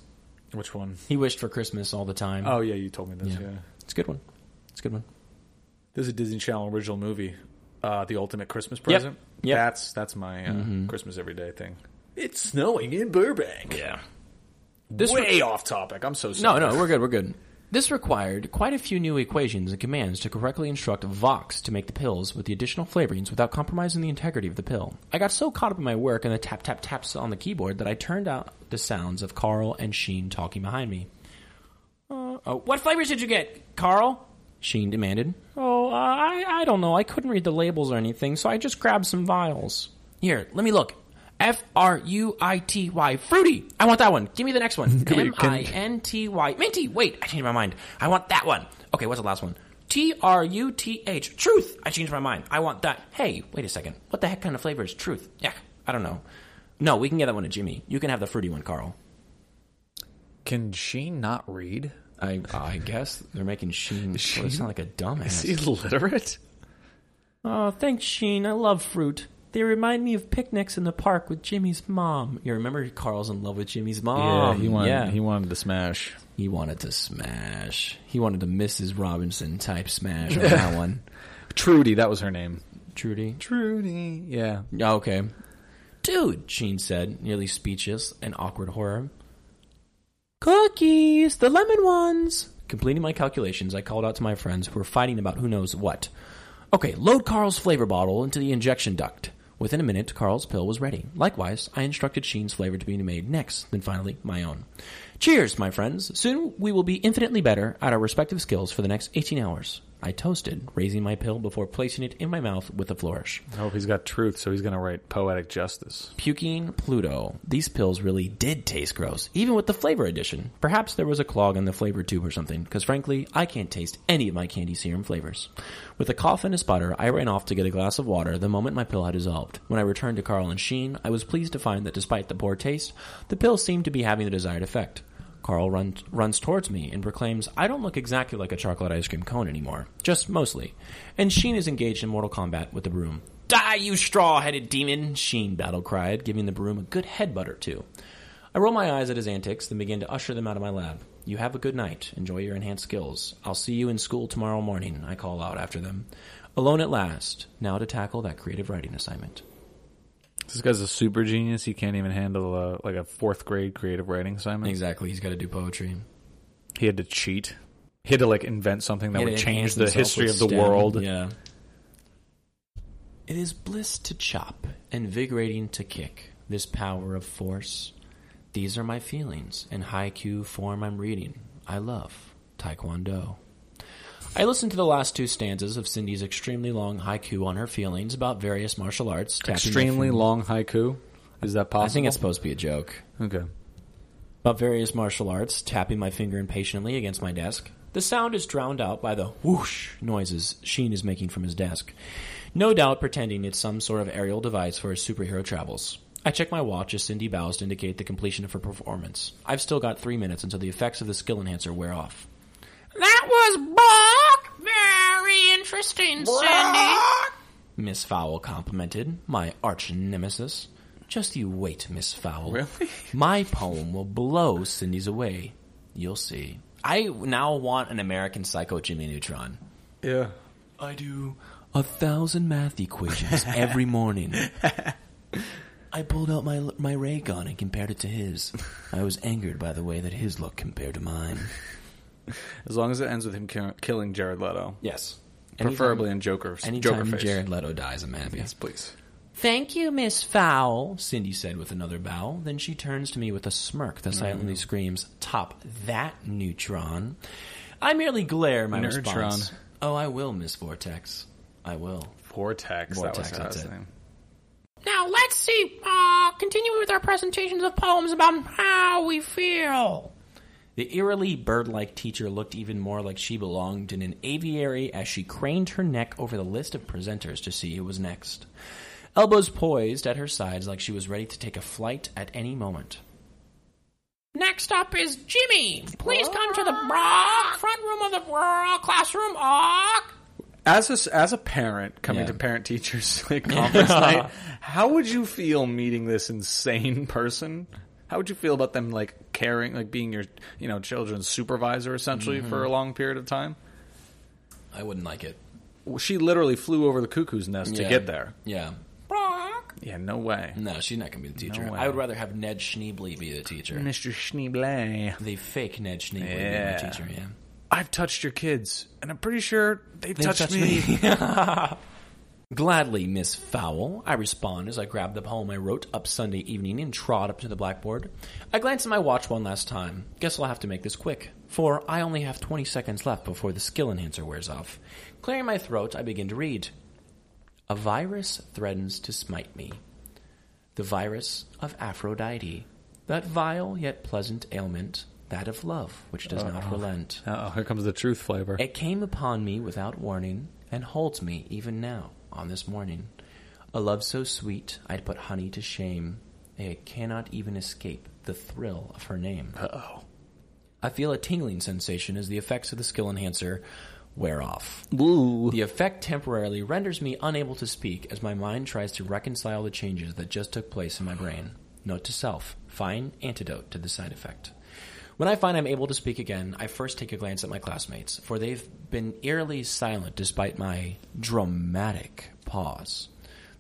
S1: Which one?
S2: He wished for Christmas all the time.
S1: Oh yeah, you told me this.
S2: Yeah.
S1: Yeah,
S2: It's a good one. It's a good one.
S1: this is a Disney Channel original movie, uh, the Ultimate Christmas Present.
S2: Yep.
S1: that's that's my uh, Christmas everyday thing. It's snowing in Burbank.
S2: Yeah. This
S1: Way off topic. I'm so sorry.
S2: No, no, we're good. We're good. This required quite a few new equations and commands to correctly instruct Vox to make the pills with the additional flavorings without compromising the integrity of the pill. I got so caught up in my work and the tap tap taps on the keyboard that I turned out the sounds of Carl and Sheen talking behind me. Uh, oh, what flavors did you get, Carl? Sheen demanded. Oh, uh, I, I don't know. I couldn't read the labels or anything, so I just grabbed some vials. Here, let me look. F R U I T Y. Fruity! I want that one. Give me the next one. M I N T Y. Minty! Wait, I changed my mind. I want that one. Okay, what's the last one? T R U T H. Truth! I changed my mind. I want that. Hey, wait a second. What the heck kind of flavor is truth? Yeah, I don't know. No, we can get that one to Jimmy. You can have the fruity one, Carl.
S4: Can she not read?
S2: I I guess they're making Sheen, Sheen? sound like a dumbass.
S4: illiterate?
S2: Oh, thanks, Sheen. I love fruit. They remind me of picnics in the park with Jimmy's mom. You remember Carl's in love with Jimmy's
S4: Yeah,
S2: mom.
S4: he wanted
S2: Yeah.
S4: he wanted to smash.
S2: He wanted to smash. He wanted a Mrs. Robinson type smash on that one.
S4: Trudy, that was her name.
S2: Trudy.
S4: Trudy, yeah.
S2: Okay. Dude, Sheen said, nearly speechless and awkward horror. Cookies, the lemon ones. Completing my calculations, I called out to my friends who were fighting about who knows what. Okay, load Carl's flavor bottle into the injection duct. Within a minute, Carl's pill was ready. Likewise, I instructed Sheen's flavor to be made next, then finally my own. Cheers, my friends. Soon we will be infinitely better at our respective skills for the next 18 hours. I toasted, raising my pill before placing it in my mouth with a flourish.
S4: I hope he's got truth, so he's gonna write poetic justice.
S2: Puking Pluto. These pills really did taste gross, even with the flavor addition. Perhaps there was a clog in the flavor tube or something, because frankly, I can't taste any of my candy serum flavors. With a cough and a sputter, I ran off to get a glass of water the moment my pill had dissolved. When I returned to Carl and Sheen, I was pleased to find that despite the poor taste, the pill seemed to be having the desired effect. Carl runs, runs towards me and proclaims, I don't look exactly like a chocolate ice cream cone anymore. Just mostly. And Sheen is engaged in mortal combat with the broom. Die, you straw headed demon! Sheen battle cried, giving the broom a good headbutt or two. I roll my eyes at his antics, then begin to usher them out of my lab. You have a good night. Enjoy your enhanced skills. I'll see you in school tomorrow morning, I call out after them. Alone at last, now to tackle that creative writing assignment.
S4: This guy's a super genius. He can't even handle uh like a fourth grade creative writing assignment.
S2: Exactly, he's got to do poetry.
S4: He had to cheat. He had to like invent something that
S2: Yeah,
S4: would
S2: to enhance
S4: change the
S2: himself
S4: history
S2: with
S4: of the
S2: STEM,
S4: world.
S2: Yeah. It is bliss to chop, invigorating to kick. This power of force. These are my feelings in haiku form I'm reading. I love Taekwondo. I listened to the last two stanzas of Cindy's extremely long haiku on her feelings about various martial arts. tapping my
S4: Extremely
S2: fingers-
S4: long haiku. Is that possible?
S2: I think it's supposed to be a joke
S4: okay.
S2: about various martial arts, tapping my finger impatiently against my desk. The sound is drowned out by the whoosh noises Sheen is making from his desk, no doubt pretending it's some sort of aerial device for his superhero travels. I check my watch as Cindy bows to indicate the completion of her performance. I've still got three minutes until the effects of the skill enhancer wear off. That was Brock! Very interesting, Cindy. Miss Fowl complimented, my arch nemesis. Just you wait, Miss Fowl. Really? My poem will blow Cindy's away. You'll see. I now want an American Psycho Jimmy Neutron.
S1: Yeah.
S2: I do a thousand math equations every morning. I pulled out my my ray gun and compared it to his. I was angered by the way that his looked compared to mine.
S1: As long as it ends with him ki- killing Jared Leto,
S2: Yes,
S1: preferably in Joker, Joker
S2: Anytime
S1: face.
S2: Jared Leto dies, I'm happy.
S1: Yes, please.
S2: Thank you, Miss Fowl, Cindy said with another bow. Then she turns to me with a smirk that silently screams, Top that, Neutron. I merely glare my
S1: Neutron.
S2: response. Oh, I will, Miss Vortex. I will.
S1: Vortex.
S2: Vortex,
S1: that was
S2: that's
S1: his
S2: it.
S1: name.
S2: Now let's see. Uh, continuing with our presentations of poems about how we feel. The eerily bird-like teacher looked even more like she belonged in an aviary as she craned her neck over the list of presenters to see who was next. Elbows poised at her sides like she was ready to take a flight at any moment. Next up is Jimmy. Please come to the front room of the classroom.
S1: As a, s- as a parent coming
S2: Yeah.
S1: to parent teachers conference night, how would you feel meeting this insane person? How would you feel about them like caring, like being your you know children's supervisor essentially for a long period of time?
S2: I wouldn't like it.
S1: Well, She literally flew over the cuckoo's nest to
S2: Yeah.
S1: get there.
S2: Yeah.
S1: Yeah, no way,
S2: No, she's not going to be the teacher.
S1: way.
S2: I would rather have Ned Schneebly be the teacher.
S1: Mister Schneeblay.
S2: The fake Ned Schneebly be
S1: Yeah.
S2: my teacher, yeah.
S1: I've touched your kids, and I'm pretty sure they've, touched,
S2: touched
S1: me.
S2: Gladly, Miss Fowl, I respond as I grab the poem I wrote up Sunday evening and trot up to the blackboard. I glance at my watch one last time. Guess I'll have to make this quick, for I only have 20 seconds left before the skill enhancer wears off. Clearing my throat, I begin to read. A virus threatens to smite me. The virus of Aphrodite. That vile yet pleasant ailment, that of love, which does not relent.
S4: Oh, here comes the truth flavor.
S2: It came upon me without warning and holds me even now on this morning. A love so sweet I'd put honey to shame. I cannot even escape the thrill of her name. Uh-oh. I feel a tingling sensation as the effects of the skill enhancer wear off. The effect temporarily renders me unable to speak as my mind tries to reconcile the changes that just took place in my brain. Note to self, find antidote to the side effect. When I find I'm able to speak again, I first take a glance at my classmates, for they've been eerily silent despite my dramatic pause.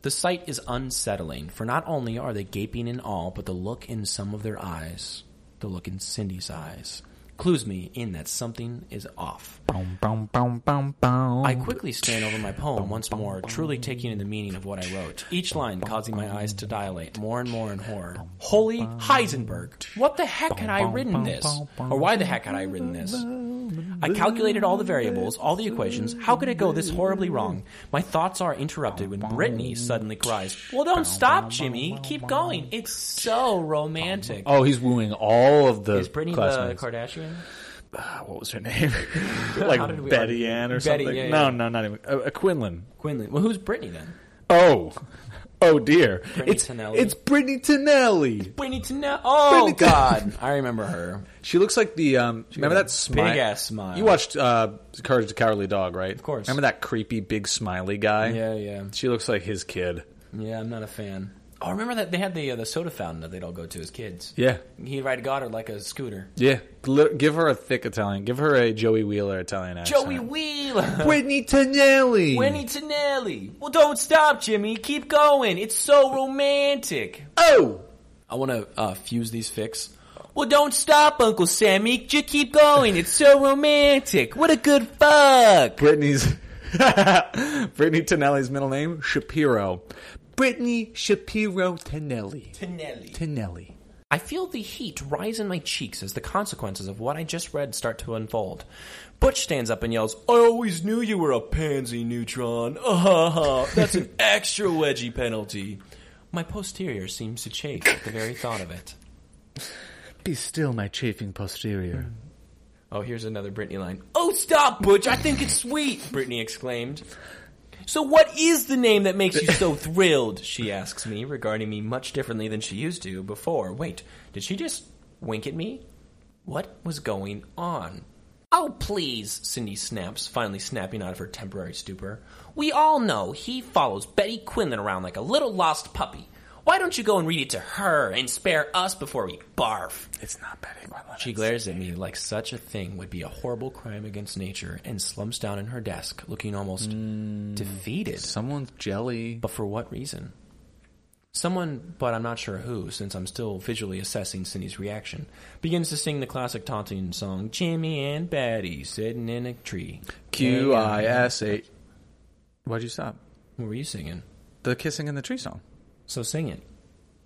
S2: The sight is unsettling, for not only are they gaping in awe, but the look in some of their eyes, the look in Cindy's eyes, clues me in that something is off. I quickly scan over my poem once more, truly taking in the meaning of what I wrote, each line causing my eyes to dilate more and more in horror. Holy Heisenberg! What the heck had I written this? Or why the heck had I written this? I calculated all the variables, all the equations. How could it go this horribly wrong? My thoughts are interrupted when Brittany suddenly cries, Well, don't stop, Jimmy. Keep going. It's so romantic.
S4: oh, he's wooing all of the
S2: Is Brittany the
S4: classmates.
S2: Kardashian?
S1: Ah, what was her name?
S2: How did
S1: like
S2: we
S1: Betty
S2: argue?
S1: Ann or
S2: Betty,
S1: something?
S2: yeah,
S1: No,
S2: yeah.
S1: no, not even uh, uh, Quinlan.
S2: Quinlan. Well, who's Brittany then?
S1: Oh, oh dear! it's
S2: Tinelli.
S1: it's Brittany Tinelli.
S2: Brittany to know. Oh,
S1: Brittany-
S2: God. I remember her.
S1: She looks like the um. remember
S2: got
S1: that
S2: a
S1: smile?
S2: big-ass smile.
S1: You watched uh, Courage the Cowardly Dog, right? Of
S2: course.
S1: Remember that creepy big smiley guy?
S2: Yeah, yeah.
S1: She looks like his kid.
S2: Yeah, I'm not a fan. Oh, remember that they had the uh, the soda fountain that they'd all go to as kids.
S1: Yeah,
S2: He ride got her like a scooter.
S1: yeah. Gl- give her a thick Italian. Give her a Joey Wheeler Italian accent.
S2: Joey Wheeler,
S1: Brittany Tinelli.
S2: Winnie Tinelli. Well, don't stop, Jimmy. Keep going. It's so romantic.
S1: Oh.
S2: I want to uh, fuse these fix. Well, don't stop, Uncle Sammy. Just keep going. It's so romantic. What a good fuck.
S1: Brittany's Brittany Tinelli's middle name Shapiro. Brittany Shapiro Tinelli.
S2: Tinelli.
S1: Tinelli.
S2: I feel the heat rise in my cheeks as the consequences of what I just read start to unfold. Butch stands up and yells, I always knew you were a pansy neutron. Ah, ha, ha. That's an extra wedgie penalty. My posterior seems to chafe at the very thought of it.
S3: Be still, my chafing posterior.
S2: Oh, here's another Britney line. Oh, stop, Butch. I think it's sweet, Britney exclaimed. So what is the name that makes you so thrilled? She asks me, regarding me much differently than she used to before. Wait, did she just wink at me? What was going on? Oh, please, Cindy snaps, finally snapping out of her temporary stupor. We all know he follows Betty Quinlan around like a little lost puppy. Why don't you go and read it to her and spare us before we barf?
S1: It's not Betty Quinlan.
S2: She glares at me like such a thing would be a horrible crime against nature and slumps down in her desk looking almost
S1: Mm.
S2: defeated.
S1: Someone's jelly.
S2: But for what reason? Someone, but I'm not sure who, since I'm still visually assessing Cindy's reaction, begins to sing the classic taunting song, Jimmy and Betty sitting in a tree.
S1: Q I S A. Why'd you stop?
S2: What were you singing?
S1: The kissing in the tree song.
S2: So sing it.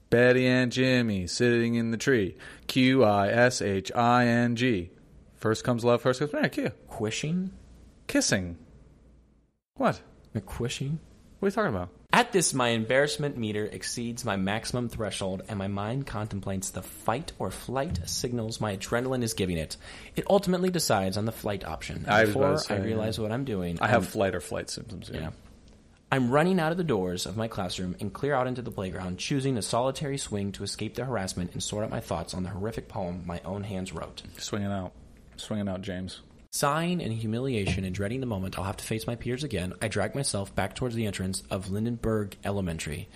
S1: Betty and Jimmy sitting in the tree. Q I S H I N G. First comes love, first comes marry. Q.
S2: Quishing?
S1: Kissing. What?
S2: McQuishing?
S1: What are you talking about?
S2: At this, my embarrassment meter exceeds my maximum threshold, and my mind contemplates the fight or flight signals my adrenaline is giving it. It ultimately decides on the flight option.
S1: I was about
S2: Before
S1: to say,
S2: I realize what I'm doing,
S1: I have flight or flight symptoms. Yeah.
S2: yeah. I'm running out of the doors of my classroom and clear out into the playground, choosing a solitary swing to escape the harassment and sort out my thoughts on the horrific poem my own hands wrote.
S1: Swinging out. Swinging out, James.
S2: Sighing in humiliation and dreading the moment I'll have to face my peers again, I drag myself back towards the entrance of Lindenberg Elementary.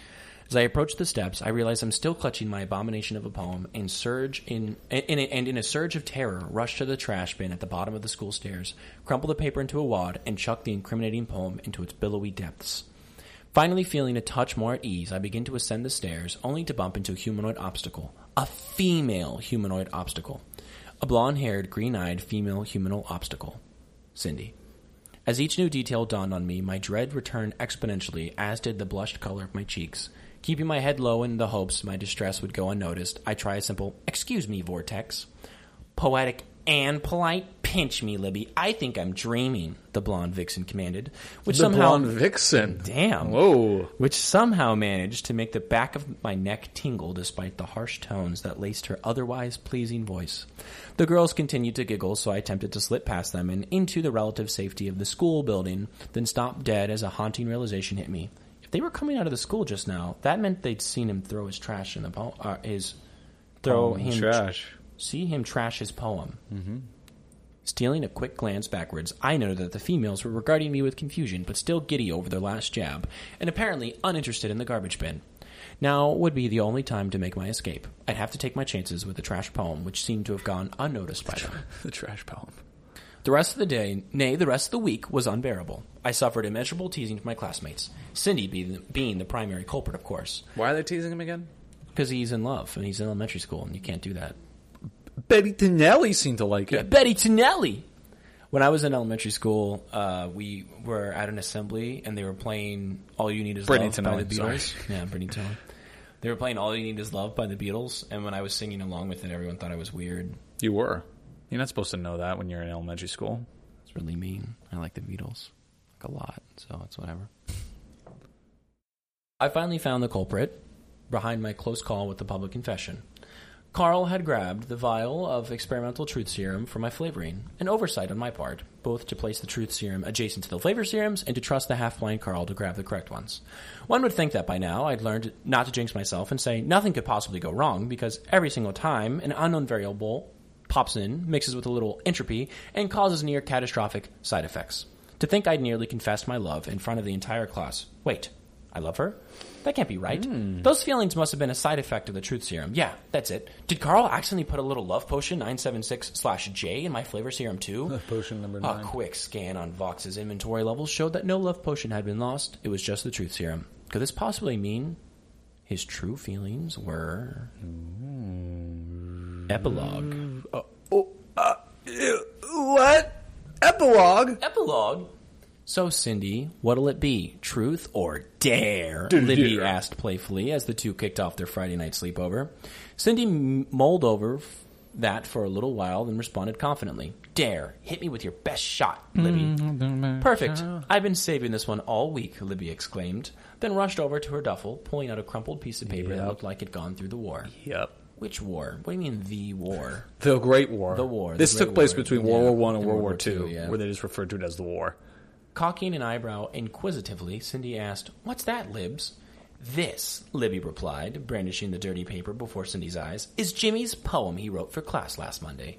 S2: As I approach the steps, I realize I'm still clutching my abomination of a poem and surge in, in and in a surge of terror, rush to the trash bin at the bottom of the school stairs, crumple the paper into a wad, and chuck the incriminating poem into its billowy depths. Finally, feeling a touch more at ease, I begin to ascend the stairs, only to bump into a humanoid obstacle. A female humanoid obstacle. a blonde haired, green eyed female humanal obstacle, Cindy. As each new detail dawned on me, my dread returned exponentially, as did the blushed color of my cheeks. Keeping my head low in the hopes my distress would go unnoticed, I try a simple, Excuse me, Vortex. Poetic and polite, pinch me, Libby. I think I'm dreaming, the blonde vixen commanded, which
S1: The
S2: somehow.
S1: blonde vixen.
S2: Damn.
S1: Whoa.
S2: Which somehow managed to make the back of my neck tingle despite the harsh tones that laced her otherwise pleasing voice. The girls continued to giggle, so I attempted to slip past them and into the relative safety of the school building, then stopped dead as a haunting realization hit me. If they were coming out of the school just now, that meant they'd seen him throw his trash in the poem. Uh, his throw
S4: Oh,
S2: him
S4: trash.
S2: see him trash his poem. Stealing a quick glance backwards, I noted that the females were regarding me with confusion, but still giddy over their last jab, and apparently uninterested in the garbage bin. Now would be the only time to make my escape. I'd have to take my chances with the trash poem, which seemed to have gone unnoticed by them.
S1: The trash poem.
S2: The rest of the day, nay, the rest of the week, was unbearable. I suffered immeasurable teasing from my classmates, Cindy being, being the primary culprit, of course,
S1: Why are they teasing him again?
S2: because he's in love and he's in elementary school, and you can't do that.
S1: Betty Tinelli seemed to like it.
S2: Betty Tinelli. When I was in elementary school, uh, we were at an assembly and they were playing "All You Need Is
S1: Brittany
S2: Love" by
S1: Tinelli,
S2: the Beatles. Yeah, Brittany Tinelli. They were playing "All You Need Is Love" by the Beatles, and when I was singing along with it, everyone thought I was weird.
S1: You were.
S4: You're not supposed to know that when you're in elementary school.
S2: It's really mean. I like the Beatles like a lot, so it's whatever. I finally found the culprit behind my close call with the public confession. Carl had grabbed the vial of experimental truth serum for my flavoring, an oversight on my part, both to place the truth serum adjacent to the flavor serums and to trust the half blind Carl to grab the correct ones. One would think that by now I'd learned not to jinx myself and say nothing could possibly go wrong because every single time an unknown variable pops in, mixes with a little entropy, and causes near catastrophic side effects. To think I'd nearly confessed my love in front of the entire class. Wait, I love her? That can't be right.
S3: Hmm.
S2: Those feelings must have been a side effect of the truth serum. Yeah, that's it. Did Carl accidentally put a little love potion 976 slash J in my flavor serum too?
S1: Potion number
S2: A quick scan on Vox's inventory levels showed that no love potion had been lost. It was just the truth serum. Could this possibly mean his true feelings were.
S3: Hmm.
S2: Epilogue.
S3: Uh, oh, What? Epilogue?
S2: Epilogue. So, Cindy, what'll it be? Truth or dare? Libby asked playfully as the two kicked off their Friday night sleepover. Cindy m- mulled over f- that for a little while, then responded confidently. Dare. Hit me with your best shot, Libby. Perfect. I've been saving this one all week, Libby exclaimed, then rushed over to her duffel, pulling out a crumpled piece of paper that looked like it had gone through the war.
S1: Yep.
S2: Which war? What do you mean, the war?
S1: The Great War.
S2: The war, the
S1: This
S2: Great
S1: took place
S2: War.
S1: between
S2: Yeah.
S1: World War One and
S2: And
S1: World War Two,
S2: II, yeah.
S1: where they just referred to it as the war.
S2: Cocking an eyebrow inquisitively, Cindy asked, What's that, Libs? This, Libby replied, brandishing the dirty paper before Cindy's eyes, is Jimmy's poem he wrote for class last Monday.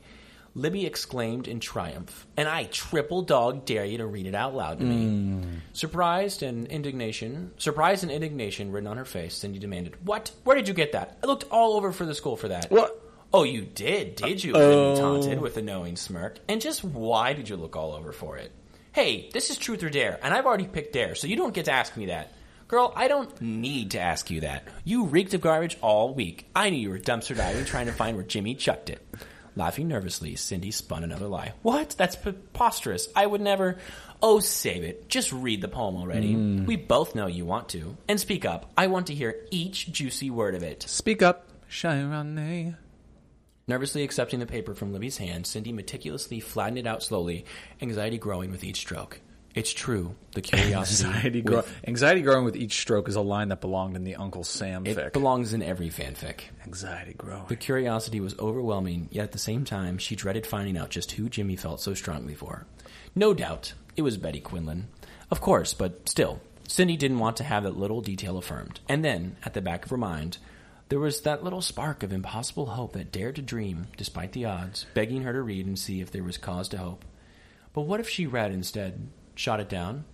S2: Libby exclaimed in triumph, and I triple dog dare you to read it out loud to me. Surprised and indignation, surprise and indignation written on her face, Cindy demanded, What? Where did you get that? I looked all over for the school for that.
S1: What?
S2: Oh, you did, did you? Libby taunted with a knowing smirk. And just why did you look all over for it? Hey, this is truth or dare, and I've already picked dare, so you don't get to ask me that. Girl, I don't need to ask you that. You reeked of garbage all week. I knew you were dumpster diving trying to find where Jimmy chucked it. Laughing nervously, Cindy spun another lie. What? That's preposterous. I would never. Oh, save it. Just read the poem already. We both know you want to. And speak up. I want to hear each juicy word of it.
S1: Speak up, Shirane.
S2: Nervously accepting the paper from Libby's hand, Cindy meticulously flattened it out slowly, anxiety growing with each stroke. It's true. The curiosity.
S1: Anxiety,
S2: with-
S1: grow- anxiety growing with each stroke is a line that belonged in the Uncle Sam
S2: It
S1: fic.
S2: belongs in every fanfic.
S1: anxiety growing.
S2: The curiosity was overwhelming, yet at the same time, she dreaded finding out just who Jimmy felt so strongly for. No doubt, it was Betty Quinlan. Of course, but still, Cindy didn't want to have that little detail affirmed. And then, at the back of her mind, there was that little spark of impossible hope that dared to dream, despite the odds, begging her to read and see if there was cause to hope. But what if she read instead, shot it down?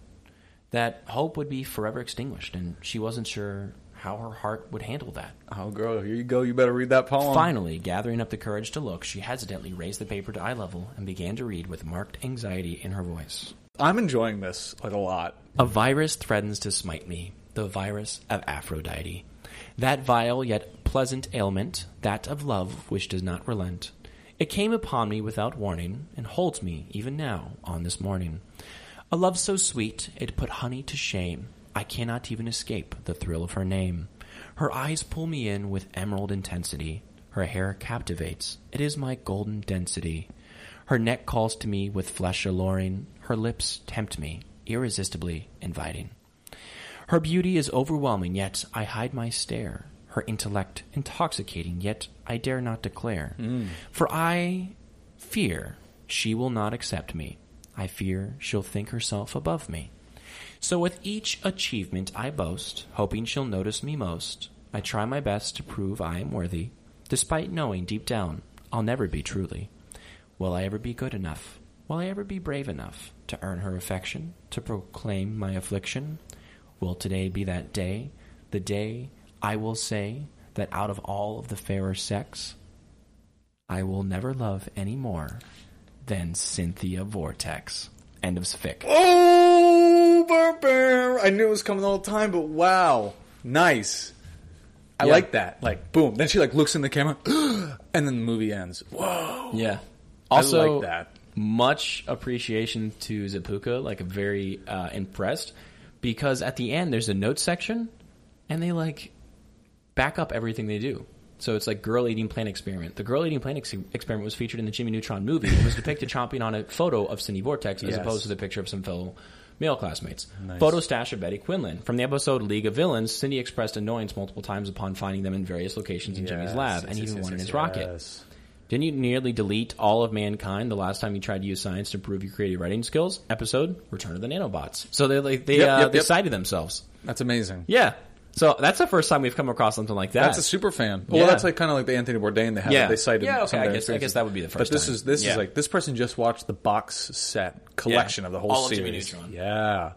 S2: That hope would be forever extinguished, and she wasn't sure how her heart would handle that.
S1: Oh, girl, here you go. You better read that poem.
S2: Finally, gathering up the courage to look, she hesitantly raised the paper to eye level and began to read with marked anxiety in her voice.
S1: I'm enjoying this like a lot.
S2: A virus threatens to smite me, the virus of Aphrodite. That vile yet pleasant ailment, that of love which does not relent. It came upon me without warning and holds me even now on this morning. A love so sweet it put honey to shame. I cannot even escape the thrill of her name. Her eyes pull me in with emerald intensity. Her hair captivates. It is my golden density. Her neck calls to me with flesh alluring. Her lips tempt me, irresistibly inviting. Her beauty is overwhelming, yet I hide my stare. Her intellect intoxicating, yet I dare not declare. For I fear she will not accept me. I fear she'll think herself above me. So with each achievement I boast, hoping she'll notice me most. I try my best to prove I am worthy, despite knowing deep down I'll never be truly. Will I ever be good enough? Will I ever be brave enough to earn her affection, to proclaim my affliction? Will today be that day, the day I will say that out of all of the fairer sex, I will never love any more than Cynthia Vortex. End of fic.
S1: Oh, burr, burr. I knew it was coming the whole time, but wow, nice. I
S2: Yeah.
S1: like that. Like, boom. Then she like looks in the camera, and then the movie ends. Whoa.
S2: Yeah.
S1: I
S2: Also,
S1: like that.
S2: much appreciation to Zapuka. Like, very uh, impressed because at the end there's a note section, and they like back up everything they do. So it's like girl eating plant experiment. The girl eating plant ex- experiment was featured in the Jimmy Neutron movie. It was depicted chomping on a photo of Cindy Vortex as
S1: Yes.
S2: opposed to the picture of some fellow male classmates. Photo stash of Betty Quinlan from the episode League of Villains. Cindy expressed annoyance multiple times upon finding them in various locations in Jimmy's
S1: Yes,
S2: lab, and
S1: yes,
S2: even
S1: yes,
S2: one in
S1: yes,
S2: his rocket.
S1: yes.
S2: Didn't you nearly delete all of mankind the last time you tried to use science to improve your creative writing skills? Episode Return of the Nanobots. So they like they
S1: Yep,
S2: uh,
S1: yep,
S2: they
S1: yep.
S2: cited themselves.
S1: That's amazing.
S2: Yeah. So that's the first time we've come across something like that.
S1: That's a super fan. Well,
S2: Yeah.
S1: that's like kind of like the Anthony Bourdain they have.
S2: Yeah.
S1: They cited.
S2: Yeah, okay,
S1: some of their
S2: I guess- I
S1: experiences.
S2: guess that would be the
S1: But
S2: first
S1: this
S2: time.
S1: is this
S2: Yeah.
S1: is like this person just watched the box set collection
S2: Yeah.
S1: of the whole
S2: All of Jimmy
S1: series.
S2: Neutron. Mm-hmm.
S1: yeah,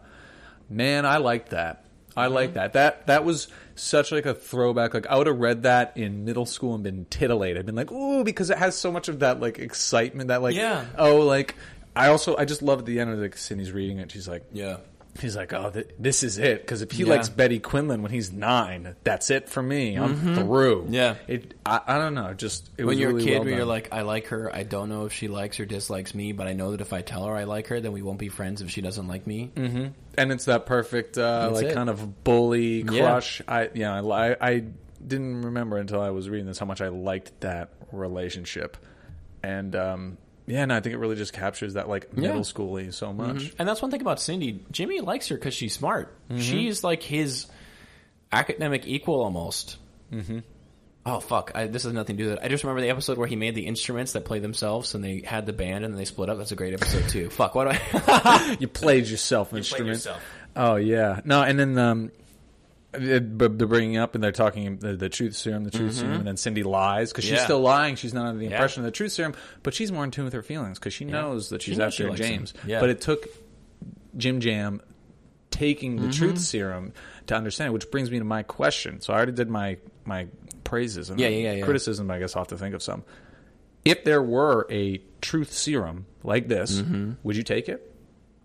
S1: man, I like that. I like that. That that was such like a throwback. Like I would have read that in middle school and been titillated, been like, ooh, because it has so much of that like excitement. That like,
S2: Yeah.
S1: oh, like I also I just love at the end of like Cindy's reading it. She's like,
S2: yeah.
S1: He's like, oh, th- this is it. Because if he
S2: Yeah.
S1: likes Betty Quinlan when he's nine, that's it for me. I'm through.
S2: Mm-hmm. Yeah.
S1: It. I, I don't know. Just it
S2: When
S1: was
S2: you're
S1: really
S2: a kid,
S1: well
S2: where you're
S1: done.
S2: like, I like her. I don't know if she likes or dislikes me, but I know that if I tell her I like her, then we won't be friends if she doesn't like me.
S1: and it's that perfect uh,
S2: That's
S1: like
S2: it.
S1: kind of bully
S2: Yeah.
S1: crush. I yeah. I, li- I didn't remember until I was reading this how much I liked that relationship, and um, yeah, and no, I think it really just captures that like middle schooly so much.
S2: And that's one thing about Cindy. Jimmy likes her because she's smart.
S1: Mm-hmm.
S2: She's like his academic equal almost. Mm-hmm. Oh fuck! I, this has nothing to do with it. I just remember the episode where he made the instruments that play themselves, and they had the band, and then they split up. That's a great episode too. fuck! Why do I?
S1: you played yourself instrument.
S2: yourself.
S1: Oh yeah, no, and then um, it- but they're bringing up and they're talking the, the truth serum, the truth serum, and then Cindy lies because she's
S2: Mm-hmm. Yeah.
S1: still lying. She's not under the impression of the truth serum, but she's more in tune with her feelings because she knows that she's
S2: knows she
S1: after
S2: likes him.
S1: James.
S2: Yeah.
S1: But it took Jim Jam taking the
S2: Mm-hmm.
S1: truth serum to understand, it, which brings me to my question. So I already did my my praises and
S2: Yeah, yeah, yeah, yeah.
S1: criticism. I guess I'll have to think of some. If there were a truth serum like this,
S2: Mm-hmm.
S1: would you take it?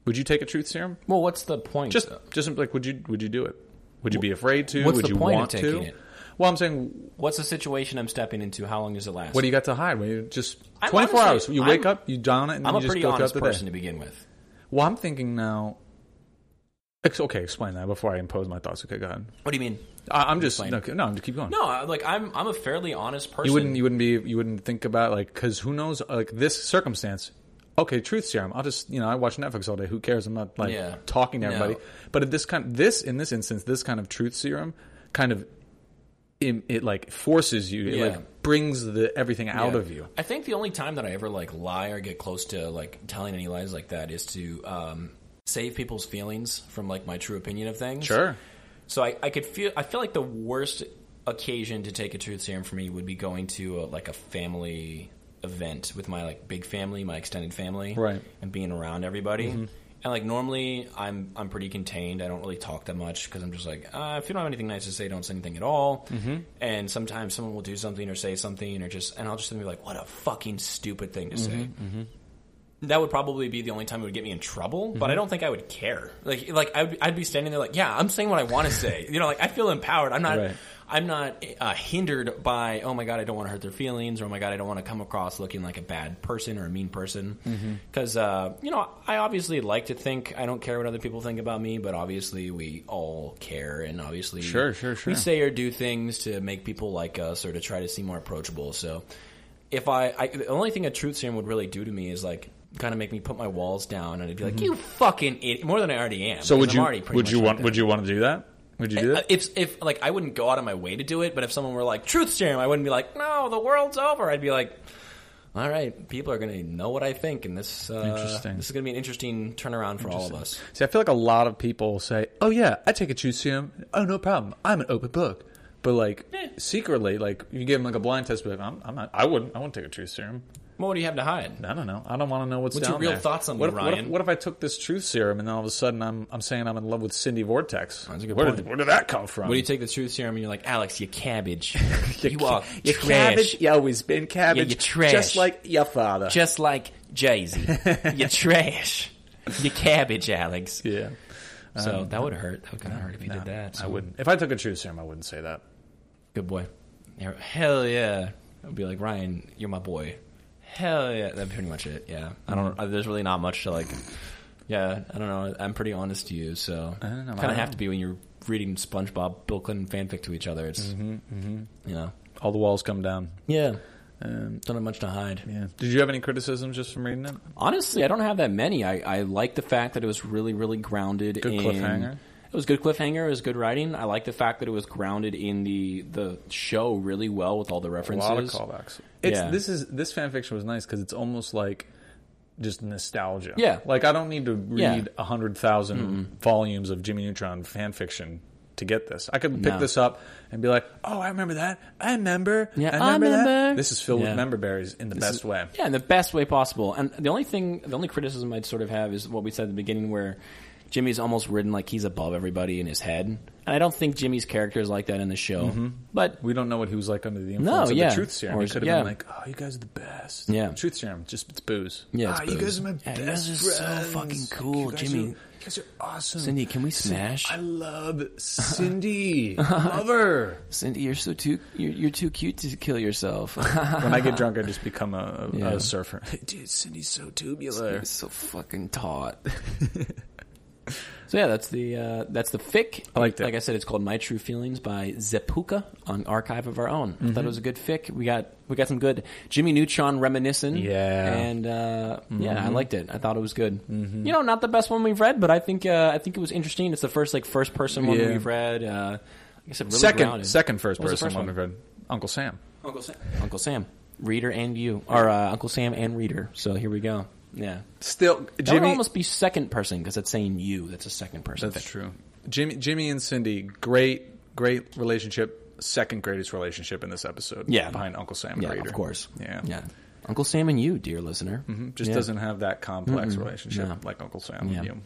S1: Would you take a truth serum?
S2: well, what's the point?
S1: Just, just like, would you, would you do it? Would you be afraid to?
S2: what's
S1: would
S2: the
S1: you
S2: point of
S1: want
S2: taking
S1: to?
S2: it?
S1: Well, I'm saying,
S2: what's the situation I'm stepping into? How long does it last?
S1: what do you got to hide? When you just
S2: I'm
S1: 24 hours,
S2: honestly-
S1: you wake
S2: I'm-
S1: up, you down it, and
S2: I'm
S1: you
S2: a
S1: just
S2: pretty
S1: go throughout
S2: honest
S1: the day.
S2: person to begin with.
S1: Well, I'm thinking now. ex- Okay, explain that before I impose my thoughts. Okay, go ahead.
S2: What do you mean?
S1: I, I'm just no, no, I'm just keep going.
S2: No, I- like I'm I'm a fairly honest person.
S1: you wouldn't, you wouldn't be, you wouldn't think about like because who knows like this circumstance. Okay, truth serum. I'll just you know I watch Netflix all day. Who cares? I'm not like
S2: Yeah.
S1: talking to
S2: No.
S1: everybody. But if this kind, this in this instance, this kind of truth serum kind of im- it like forces you. It
S2: Yeah.
S1: like brings the everything out
S2: Yeah.
S1: of you.
S2: I think the only time that I ever like lie or get close to like telling any lies like that is to um, save people's feelings from like my true opinion of things.
S1: Sure.
S2: So I, I could feel I feel like the worst occasion to take a truth serum for me would be going to a, like a family event with my like big family, my extended family,
S1: Right.
S2: and being around everybody. And like normally, I'm I'm pretty contained. I don't really talk that much because I'm just like, uh, if you don't have anything nice to say, don't say anything at all. Mm-hmm. And sometimes someone will do something or say something, or just and I'll just be like, what a fucking stupid thing to say. that would probably be the only time it would get me in trouble, but I don't think I would care. Like, like I'd, I'd be standing there like, yeah, I'm saying what I want to say. You know, like I feel empowered. I'm not,
S1: Right.
S2: I'm not uh, hindered by, oh my god, I don't want to hurt their feelings, or oh my god, I don't want to come across looking like a bad person or a mean person. Because uh, you know, I obviously like to think I don't care what other people think about me, but obviously we all care, and obviously,
S1: Sure, sure, sure.
S2: we say or do things to make people like us or to try to seem more approachable. So if I, I the only thing a truth serum would really do to me is like kind of make me put my walls down and I'd be like, you fucking idiot, more than I already am.
S1: Mm-hmm. So would
S2: because I'm
S1: you
S2: already pretty
S1: would
S2: much
S1: you
S2: like
S1: want
S2: that.
S1: would you want to do that? Would you do
S2: Uh,
S1: that?
S2: If if like I wouldn't go out of my way to do it, but if someone were like truth serum, I wouldn't be like, no, the world's over. I'd be like, all right, people are gonna know what I think, and this uh,
S1: Interesting.
S2: This is gonna be an interesting turnaround for all of us.
S1: See, I feel like a lot of people say, "Oh yeah, I take a truth serum. Oh no problem. I'm an open book." But like secretly, like you give them like a blind test, but I'm, I'm not. I wouldn't. I wouldn't take a truth serum.
S2: Well, what do you have to hide?
S1: I don't know. I don't want to know what's
S2: What's your
S1: down
S2: real
S1: there.
S2: thoughts on me,
S1: what if, What if,
S2: Ryan?
S1: what if I took this truth serum and then all of a sudden I'm I'm saying I'm in love with Cindy Vortex?
S2: That's a good
S1: where
S2: point.
S1: Did, where did that come from?
S2: What do you take the truth serum and you're like, Alex, you cabbage. you are
S5: You
S2: trash.
S5: cabbage, you always been cabbage.
S2: Yeah, you trash.
S5: Just like your father.
S2: Just like Jay Z. you trash. You cabbage, Alex.
S1: yeah, Um,
S2: So that would hurt. That would kind of hurt if you did that.
S1: I wouldn't. If I took a truth serum, I wouldn't say that.
S2: Good boy. Yeah, Hell yeah. I'd be like, Ryan, you're my boy. Hell yeah. That's pretty much it. Yeah. I don't,
S1: Mm-hmm.
S2: uh, there's really not much to like, yeah, I don't know. I'm pretty honest to you, so. I
S1: don't know. I
S2: Kind
S1: don't
S2: of have to be when you're reading SpongeBob, Bill Clinton fanfic to each other. It's,
S1: Mm-hmm,
S2: you know.
S1: All the walls come down.
S2: Yeah.
S1: Um,
S2: Don't have much to hide.
S1: yeah. Did you have any criticisms just from reading it?
S2: Honestly, I don't have that many. I, I like the fact that it was really, really grounded.
S1: Good
S2: in,
S1: cliffhanger.
S2: It was good cliffhanger. It was good writing. I like the fact that it was grounded in the the show really well with all the
S1: A
S2: references.
S1: lot of callbacks. It's
S2: Yeah.
S1: this is this fan fiction was nice because it's almost like just nostalgia.
S2: Yeah.
S1: like I don't need to
S2: Yeah.
S1: read a hundred volumes of Jimmy Neutron fan fiction to get this. I could pick
S2: No.
S1: this up and be like, "Oh, I remember that. I remember.
S2: Yeah,
S1: I
S2: I
S1: remember, that."
S2: remember.
S1: This is filled
S2: Yeah.
S1: with member berries in the best way.
S2: Yeah, in the best way possible. And the only thing, the only criticism I'd sort of have is what we said at the beginning, where Jimmy's almost written like he's above everybody in his head. And I don't think Jimmy's character is like that in the show.
S1: Mm-hmm.
S2: But
S1: We don't know what he was like under the influence of
S2: yeah.
S1: the truth serum.
S2: Or-
S1: he could have
S2: yeah.
S1: been like, "Oh, you guys are the best."
S2: Yeah.
S1: truth serum, just it's booze.
S2: Yeah, it's
S1: Ah, you
S2: booze.
S1: guys are my
S2: Yeah,
S1: best
S2: you guys are so
S1: friends.
S2: fucking cool,
S1: You guys
S2: Jimmy.
S1: Are, you guys are awesome.
S2: Cindy, can we smash?
S1: I love Cindy. love her.
S2: Cindy, you're so too you're, you're too cute to kill yourself.
S1: When I get drunk, I just become a, a,
S2: Yeah.
S1: a surfer. Dude, Cindy's so tubular.
S2: so fucking taut. so yeah, that's the uh, that's the fic. I
S1: liked it.
S2: Like I said, it's called My True Feelings by Zepuka on Archive of Our Own. I
S1: Mm-hmm.
S2: thought it was a good fic. We got we got some good Jimmy Neutron reminiscing.
S1: Yeah. Mm-hmm.
S2: and uh, yeah, I liked it. I thought it was good. You know, not the best one we've read, but I think uh, I think it was interesting. It's the first like first person one
S1: Yeah.
S2: we've read. Uh, like I said, really
S1: second,
S2: grounded.
S1: second first
S2: What was
S1: person
S2: the first
S1: one
S2: one?
S1: we've read. Uncle Sam.
S2: Uncle Sam. Uncle Sam. Reader and you, or uh, Uncle Sam and reader. So here we go. Yeah,
S1: Still,
S2: that would
S1: Jimmy.
S2: almost be second person because it's saying you. That's a second person.
S1: That's
S2: thing.
S1: true. Jimmy, Jimmy and Cindy, great, great relationship. Second greatest relationship in this episode.
S2: Yeah.
S1: behind Uncle Sam. and
S2: Yeah,
S1: Rita.
S2: of course.
S1: Yeah, Mm-hmm.
S2: yeah. Uncle Sam and you, dear listener.
S1: Just
S2: Yeah.
S1: doesn't have that complex relationship
S2: No.
S1: like Uncle Sam. and
S2: Yeah.
S1: you.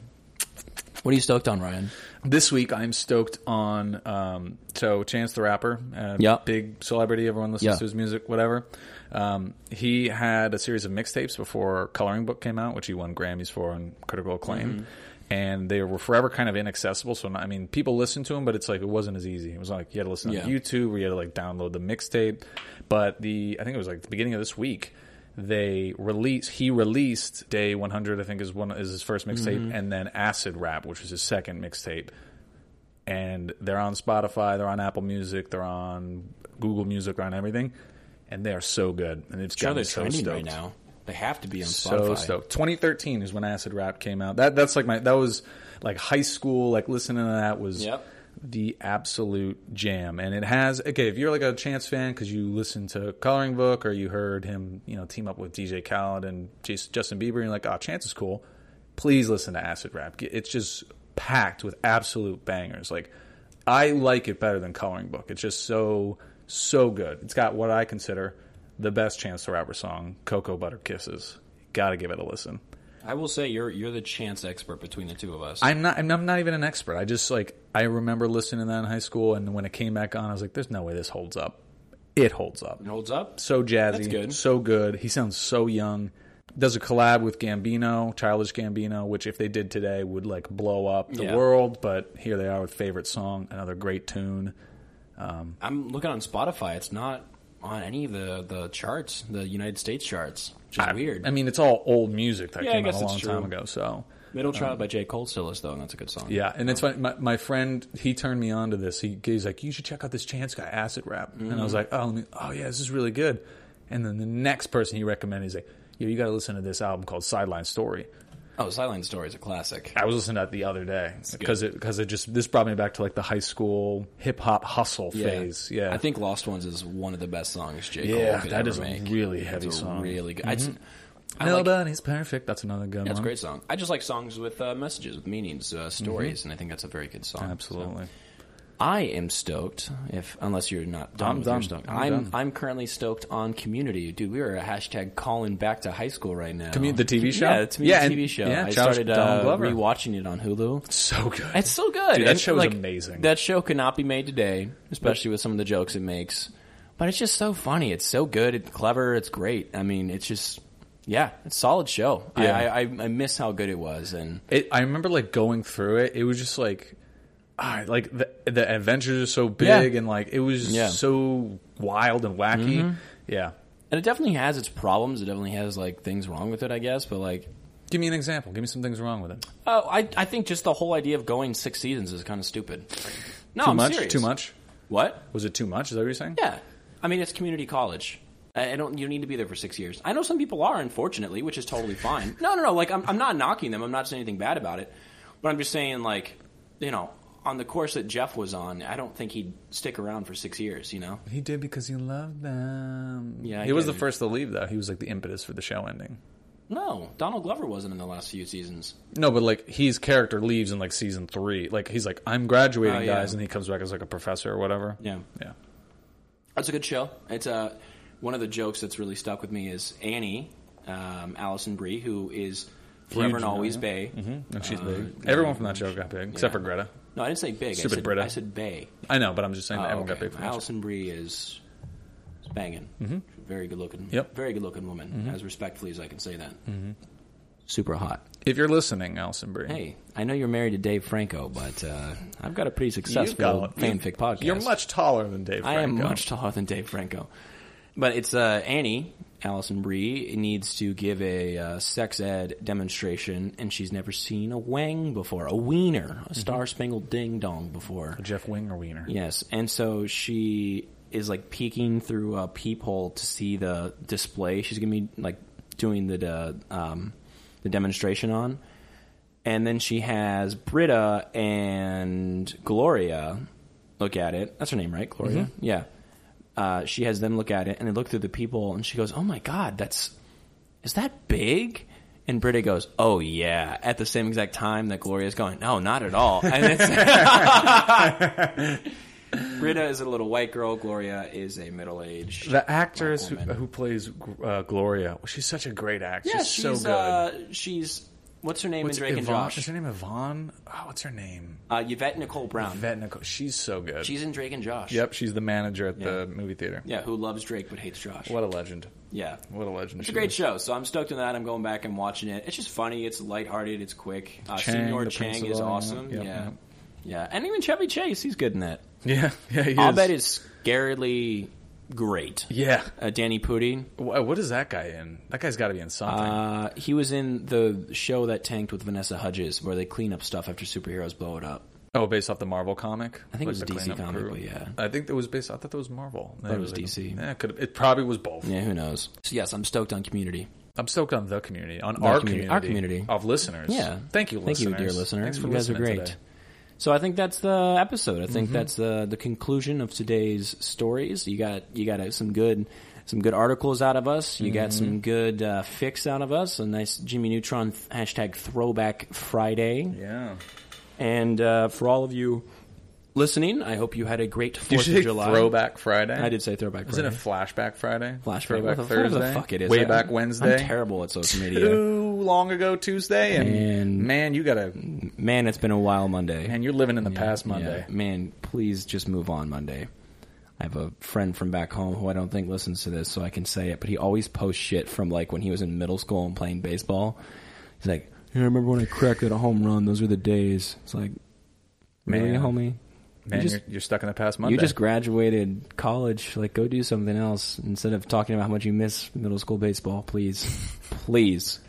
S2: What are you stoked on, Ryan?
S1: This week, I'm stoked on um, so Chance the Rapper, uh,
S2: Yeah.
S1: big celebrity. Everyone listens
S2: Yeah.
S1: to his music, whatever. Um, he had a series of mixtapes before Coloring Book came out, which he won Grammys for and critical acclaim.
S2: Mm-hmm.
S1: And they were forever kind of inaccessible. So I mean, people listened to him, but it's like it wasn't as easy. It was like you had to listen
S2: Yeah.
S1: on YouTube, or you had to like download the mixtape. But the I think it was like the beginning of this week. They released. He released Day 100. I think is one is his first mixtape,
S2: Mm-hmm.
S1: and then Acid Rap, which was his second mixtape and they're on Spotify, they're on Apple Music, they're on Google Music, they're on everything, and they are so good. And it's
S2: Sure,
S1: gotten
S2: they're
S1: me so
S2: trending
S1: stoked.
S2: right now. They have to be on
S1: So
S2: Spotify.
S1: stoked. 2013 is when Acid Rap came out. That that's like my that was like high school. Like listening to that was
S2: Yep.
S1: the absolute jam. And it has okay. If you're like a Chance fan because you listened to Coloring Book or you heard him, you know, team up with DJ Khaled and Jas- Justin Bieber, and you're like, oh, Chance is cool. Please listen to Acid Rap. G- It's just packed with absolute bangers. Like I like it better than Coloring Book. It's just so so good. It's got what I consider. The best Chance the Rapper song, "Cocoa Butter Kisses." Got to give it a listen.
S2: I will say you're you're the chance expert between the two of us.
S1: I'm not. I'm I'm not even an expert. I just like I remember listening to that in high school, and when it came back on, I was like, "There's no way this holds up." It holds up.
S2: it holds up.
S1: So jazzy,
S2: That's good.
S1: so good. He sounds so young. Does a collab with Gambino, Childish Gambino, which if they did today would like blow up the
S2: Yeah.
S1: world. But here they are with favorite song, another great tune.
S2: I'm looking on Spotify. It's not on any of the, the charts, the United States charts, which is
S1: I-
S2: weird.
S1: I mean, it's all old music that
S2: Yeah, I
S1: came out
S2: guess
S1: a
S2: it's
S1: long time
S2: true.
S1: ago. So
S2: Middle Child by J. Cole still is, though, and that's a good song.
S1: um, Yeah, and it's funny. My, my friend he turned me on to this. He, he's like, "You should check out this Chance guy, Acid Rap," and I
S2: Mm.
S1: was like, "Oh, let me, oh yeah, this is really good." And then the next person he recommended is like, "Yo, you got to listen to this album called Sideline Story."
S2: Oh, Silent Story is a classic.
S1: I was listening to that the other day because it because it just this brought me back to like the high school hip hop hustle phase. Yeah,
S2: I think Lost Ones is one of the best songs J. Cole
S1: Yeah,
S2: could
S1: that
S2: ever
S1: is a
S2: make.
S1: really heavy
S2: It's a
S1: song. Mm-hmm.
S2: Really good. I'd s- I like-
S1: nobody's perfect. That's another good
S2: That's a
S1: one.
S2: great song. I just like songs with uh, messages, with meanings, uh, stories, and I think that's a very good song. So
S1: Mm-hmm. Absolutely.
S2: I am stoked. If unless you're not done
S1: I'm
S2: with
S1: done.
S2: your stoked,
S1: I'm
S2: I'm
S1: done.
S2: I'm currently stoked on Community, dude. We are a hashtag calling back to high school right now.
S1: Commu- the TV show?
S2: yeah, it's me,
S1: Yeah,
S2: the
S1: and-
S2: TV show.
S1: yeah,
S2: I
S1: Josh-
S2: started
S1: Donald
S2: uh,
S1: Glover.
S2: rewatching it on Hulu.
S1: So good.
S2: It's so good.
S1: Dude, that
S2: And,
S1: show is
S2: like,
S1: amazing.
S2: That show could not be made today, especially with some of the jokes it makes. But it's just so funny. It's so good. It's clever. It's great. I mean, it's just yeah, it's a solid show. I
S1: Yeah.
S2: I, I, I miss how good it was and.
S1: it, I remember like going through it. It was just like, ah, like the the adventures are so big
S2: Yeah.
S1: and like it was
S2: Yeah. Mm-hmm.
S1: so wild and wacky. Yeah,
S2: And it definitely has its problems. It definitely has like things wrong with it, I guess. But like,
S1: give me an example. Give me some things wrong with it.
S2: oh, I I think just the whole idea of going six seasons is kind of stupid. No,
S1: Too
S2: I'm
S1: much.
S2: serious.
S1: Too much.
S2: What?
S1: Was it too much? Is that what you're saying?
S2: Yeah, I mean it's community college. I I don't. You don't need to be there for six years. I know some people are, unfortunately, which is totally fine. No, no, no. Like I'm, I'm not knocking them. I'm not saying anything bad about it. But I'm just saying, like, you know, on the course that Jeff was on, I don't think he'd stick around for six years. You know.
S1: He did because he loved them.
S2: Yeah, I
S1: he was
S2: get
S1: the
S2: it.
S1: first to leave though. He was like the impetus for the show ending.
S2: No, Donald Glover wasn't in the last few seasons.
S1: No, but like his character leaves in like season three. Like he's like, I'm graduating,
S2: Oh, yeah.
S1: guys, and he comes back as like a professor or whatever.
S2: Yeah.
S1: yeah.
S2: That's a good show. It's uh, one of the jokes that's really stuck with me is Annie, um, Allison Brie, who is forever
S1: Huge
S2: and
S1: now,
S2: always
S1: yeah. Mm-hmm.
S2: Bay.
S1: And she's
S2: Uh,
S1: big.
S2: yeah.
S1: Everyone from that show got big, except
S2: Yeah.
S1: for Greta.
S2: No, I didn't say big.
S1: Stupid
S2: I said,
S1: Brita.
S2: I said Bay.
S1: I know, but I'm just saying that
S2: Oh,
S1: everyone got
S2: okay.
S1: big from that show.
S2: Allison Brie is is banging. Mm-hmm. Very good looking.
S1: Yep. Mm-hmm.
S2: Very good looking woman. As respectfully as I can say that. Mm-hmm. Super hot.
S1: If you're listening, Allison Brie,
S2: Hey, I know you're married to Dave Franco, but uh, I've got a pretty
S1: you've
S2: successful
S1: got- you-
S2: fanfic podcast.
S1: You're much taller than Dave.
S2: I am
S1: Franco.
S2: much taller than Dave Franco. But it's uh, Annie, Allison Brie, needs to give a uh, sex ed demonstration, and she's never seen a wang before, a wiener,
S1: Mm-hmm.
S2: a star spangled ding dong before.
S1: Jeff Winger Wiener.
S2: Yes, and so she is like peeking through a peephole to see the display. She's gonna be like doing the uh, um, the demonstration on, and then she has Britta and Gloria look at it. That's her name, right? Gloria. Yeah. Uh, she has them look at it, and they look through the people, and she goes, "Oh my god, that's is that big?" And Britta goes, "Oh yeah," at the same exact time that Gloria's going, "No, not at all." And it's Britta is a little white girl. Gloria is a middle aged.
S1: The actress who,
S2: Black woman.
S1: who plays uh, Gloria, she's such a great actress.
S2: yeah,
S1: she's,
S2: she's
S1: so good.
S2: Uh, she's what's her name
S1: What's
S2: in Drake and
S1: Yvonne- Is
S2: Josh?
S1: her name Yvonne? Oh, what's her name?
S2: Uh, Yvette Nicole Brown.
S1: Yvette Nicole. She's so good.
S2: She's in Drake and Josh.
S1: yep, she's the manager at the movie theater.
S2: Yeah, who loves Drake but hates Josh.
S1: What a legend.
S2: Yeah.
S1: What a legend.
S2: It's
S1: she
S2: a great
S1: is.
S2: show, so I'm stoked on that. I'm going back and watching it. It's just funny. It's lighthearted. It's quick. Uh,
S1: Chang,
S2: Senor
S1: the Prince
S2: Chang
S1: of
S2: is
S1: Bel-Air.
S2: awesome.
S1: Yep,
S2: yeah.
S1: yep.
S2: Yeah. And even Chevy Chase, he's good in that.
S1: Yeah, yeah, he
S2: I'll
S1: is.
S2: bet is scarily great.
S1: Yeah.
S2: Uh, Danny Pudi.
S1: Wha- What is that guy in? That guy's got to be in something.
S2: Uh, he was in the show that tanked with Vanessa Hudges, where they clean up stuff after superheroes blow it up.
S1: oh, based off the Marvel comic.
S2: I think it was
S1: the
S2: DC
S1: cleanup
S2: comic, but yeah.
S1: I think that was based. I thought that was Marvel.
S2: it was DC.
S1: Yeah, it could. have It probably was both.
S2: Yeah, who knows? So yes, I'm stoked on Community.
S1: I'm stoked on the community, on our community,
S2: community- our community.
S1: of listeners.
S2: Yeah,
S1: thank you,
S2: thank
S1: listeners.
S2: you, dear listener.
S1: Thanks for
S2: you guys are
S1: listening
S2: great.
S1: today. Mm-hmm.
S2: So I think that's the episode. I think that's the the conclusion of today's stories. You got you got uh, some good some good articles out of us. You got
S1: Mm-hmm.
S2: some good uh, fix out of us. A nice Jimmy Neutron th- hashtag Throwback Friday.
S1: Yeah,
S2: And uh, for all of you listening, I hope you had a great
S1: you
S2: Fourth
S1: should
S2: of
S1: say
S2: July.
S1: Throwback Friday.
S2: I did say Throwback
S1: Isn't
S2: Friday.
S1: it Flashback Friday?
S2: Flashback.
S1: Throwback
S2: What the-
S1: Thursday.
S2: Whatever the fuck it is.
S1: Way
S2: I'm-
S1: back Wednesday.
S2: I'm terrible at social media.
S1: Too long ago Tuesday, and,
S2: And-
S1: man, you gotta
S2: Man, it's been a while Monday.
S1: man, you're living in the past Monday.
S2: Yeah, man, please just move on Monday. I have a friend from back home who I don't think listens to this, so I can say it. But he always posts shit from like when he was in middle school and playing baseball. He's like, "Yeah, I remember when I cracked at a home run. Those were the days." It's like, really,
S1: Man.
S2: homie?
S1: Man,
S2: just-
S1: you're, you're stuck in the past Monday.
S2: You just graduated college. Like, go do something else instead of talking about how much you miss middle school baseball. Please, please.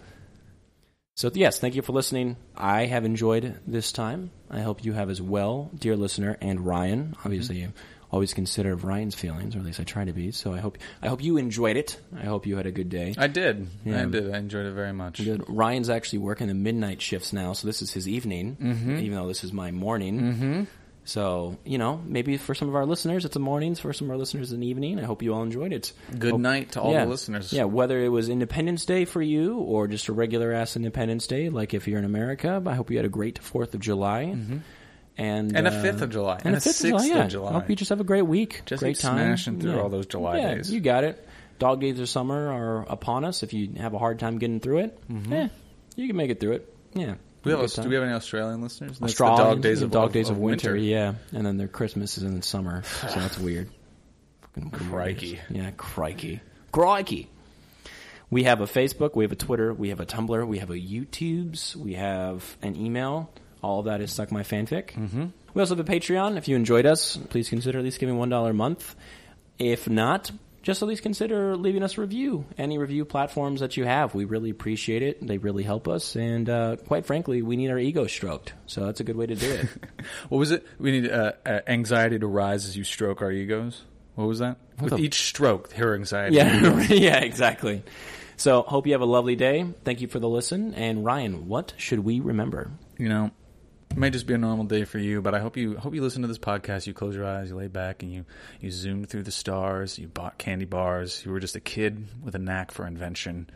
S2: So yes, thank you for listening. I have enjoyed this time. I hope you have as well, dear listener, and Ryan. Obviously, you always consider of Ryan's feelings, or at least I try to be. So I hope I hope you enjoyed it. I hope you had a good day.
S1: I did.
S2: Yeah.
S1: I did. I enjoyed it very much.
S2: Good. Ryan's actually working the midnight shifts now, so this is his evening, even though this is my morning. Mm-hmm. So, you know, maybe for some of our listeners, it's a mornings. For some of our listeners, an evening. I hope you all enjoyed it.
S1: Good
S2: Hope-
S1: night to all
S2: Yeah.
S1: the listeners.
S2: Yeah, whether it was Independence Day for you or just a regular ass Independence Day, like if you're in America, I hope you had a great 4th of July. And,
S1: Mm-hmm. And a
S2: uh,
S1: 5th of July.
S2: And,
S1: And
S2: a
S1: a
S2: 5th
S1: 6th of
S2: yeah.
S1: July.
S2: I hope you just have a great week.
S1: Just
S2: great
S1: keep
S2: time.
S1: smashing through all those July
S2: Yeah,
S1: days.
S2: You got it. Dog days of summer are upon us. If you have a hard time getting through it, yeah, you can make it through it. Yeah.
S1: Mm-hmm. We
S2: Have
S1: have,
S2: a good
S1: do
S2: time.
S1: we have any Australian listeners? That's the
S2: Australians,
S1: dog days of,
S2: dog days of, winter, Yeah, and then their Christmas is in the summer, so that's weird. Fucking weird.
S1: Crikey.
S2: Yeah, crikey, crikey. We have a Facebook, we have a Twitter, we have a Tumblr, we have a YouTube's, we have an email. All of that is suck my fanfic. Mm-hmm. We also have a Patreon. If you enjoyed us, please consider at least giving one dollar a month. If not, just at least consider leaving us a review. Any review platforms that you have, we really appreciate it. They really help us, and uh, quite frankly, we need our ego stroked. So that's a good way to do it.
S1: What was it? We need uh, uh, anxiety to rise as you stroke our egos. What was that? With
S2: the-
S1: each stroke, her anxiety.
S2: Yeah, yeah, exactly. So, hope you have a lovely day. Thank you for the listen. And Ryan, what should we remember?
S1: You know, it may just be a normal day for you, but I hope you hope you listen to this podcast. You close your eyes, you lay back, and you you zoomed through the stars. You bought candy bars. You were just a kid with a knack for invention,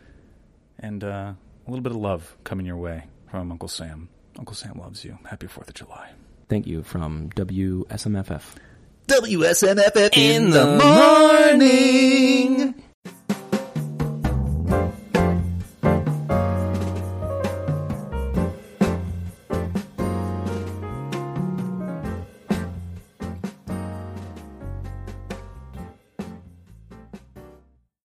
S1: and uh, a little bit of love coming your way from Uncle Sam. Uncle Sam loves you. Happy Fourth of July.
S2: Thank you from WSMFF.
S3: WSMFF in the morning.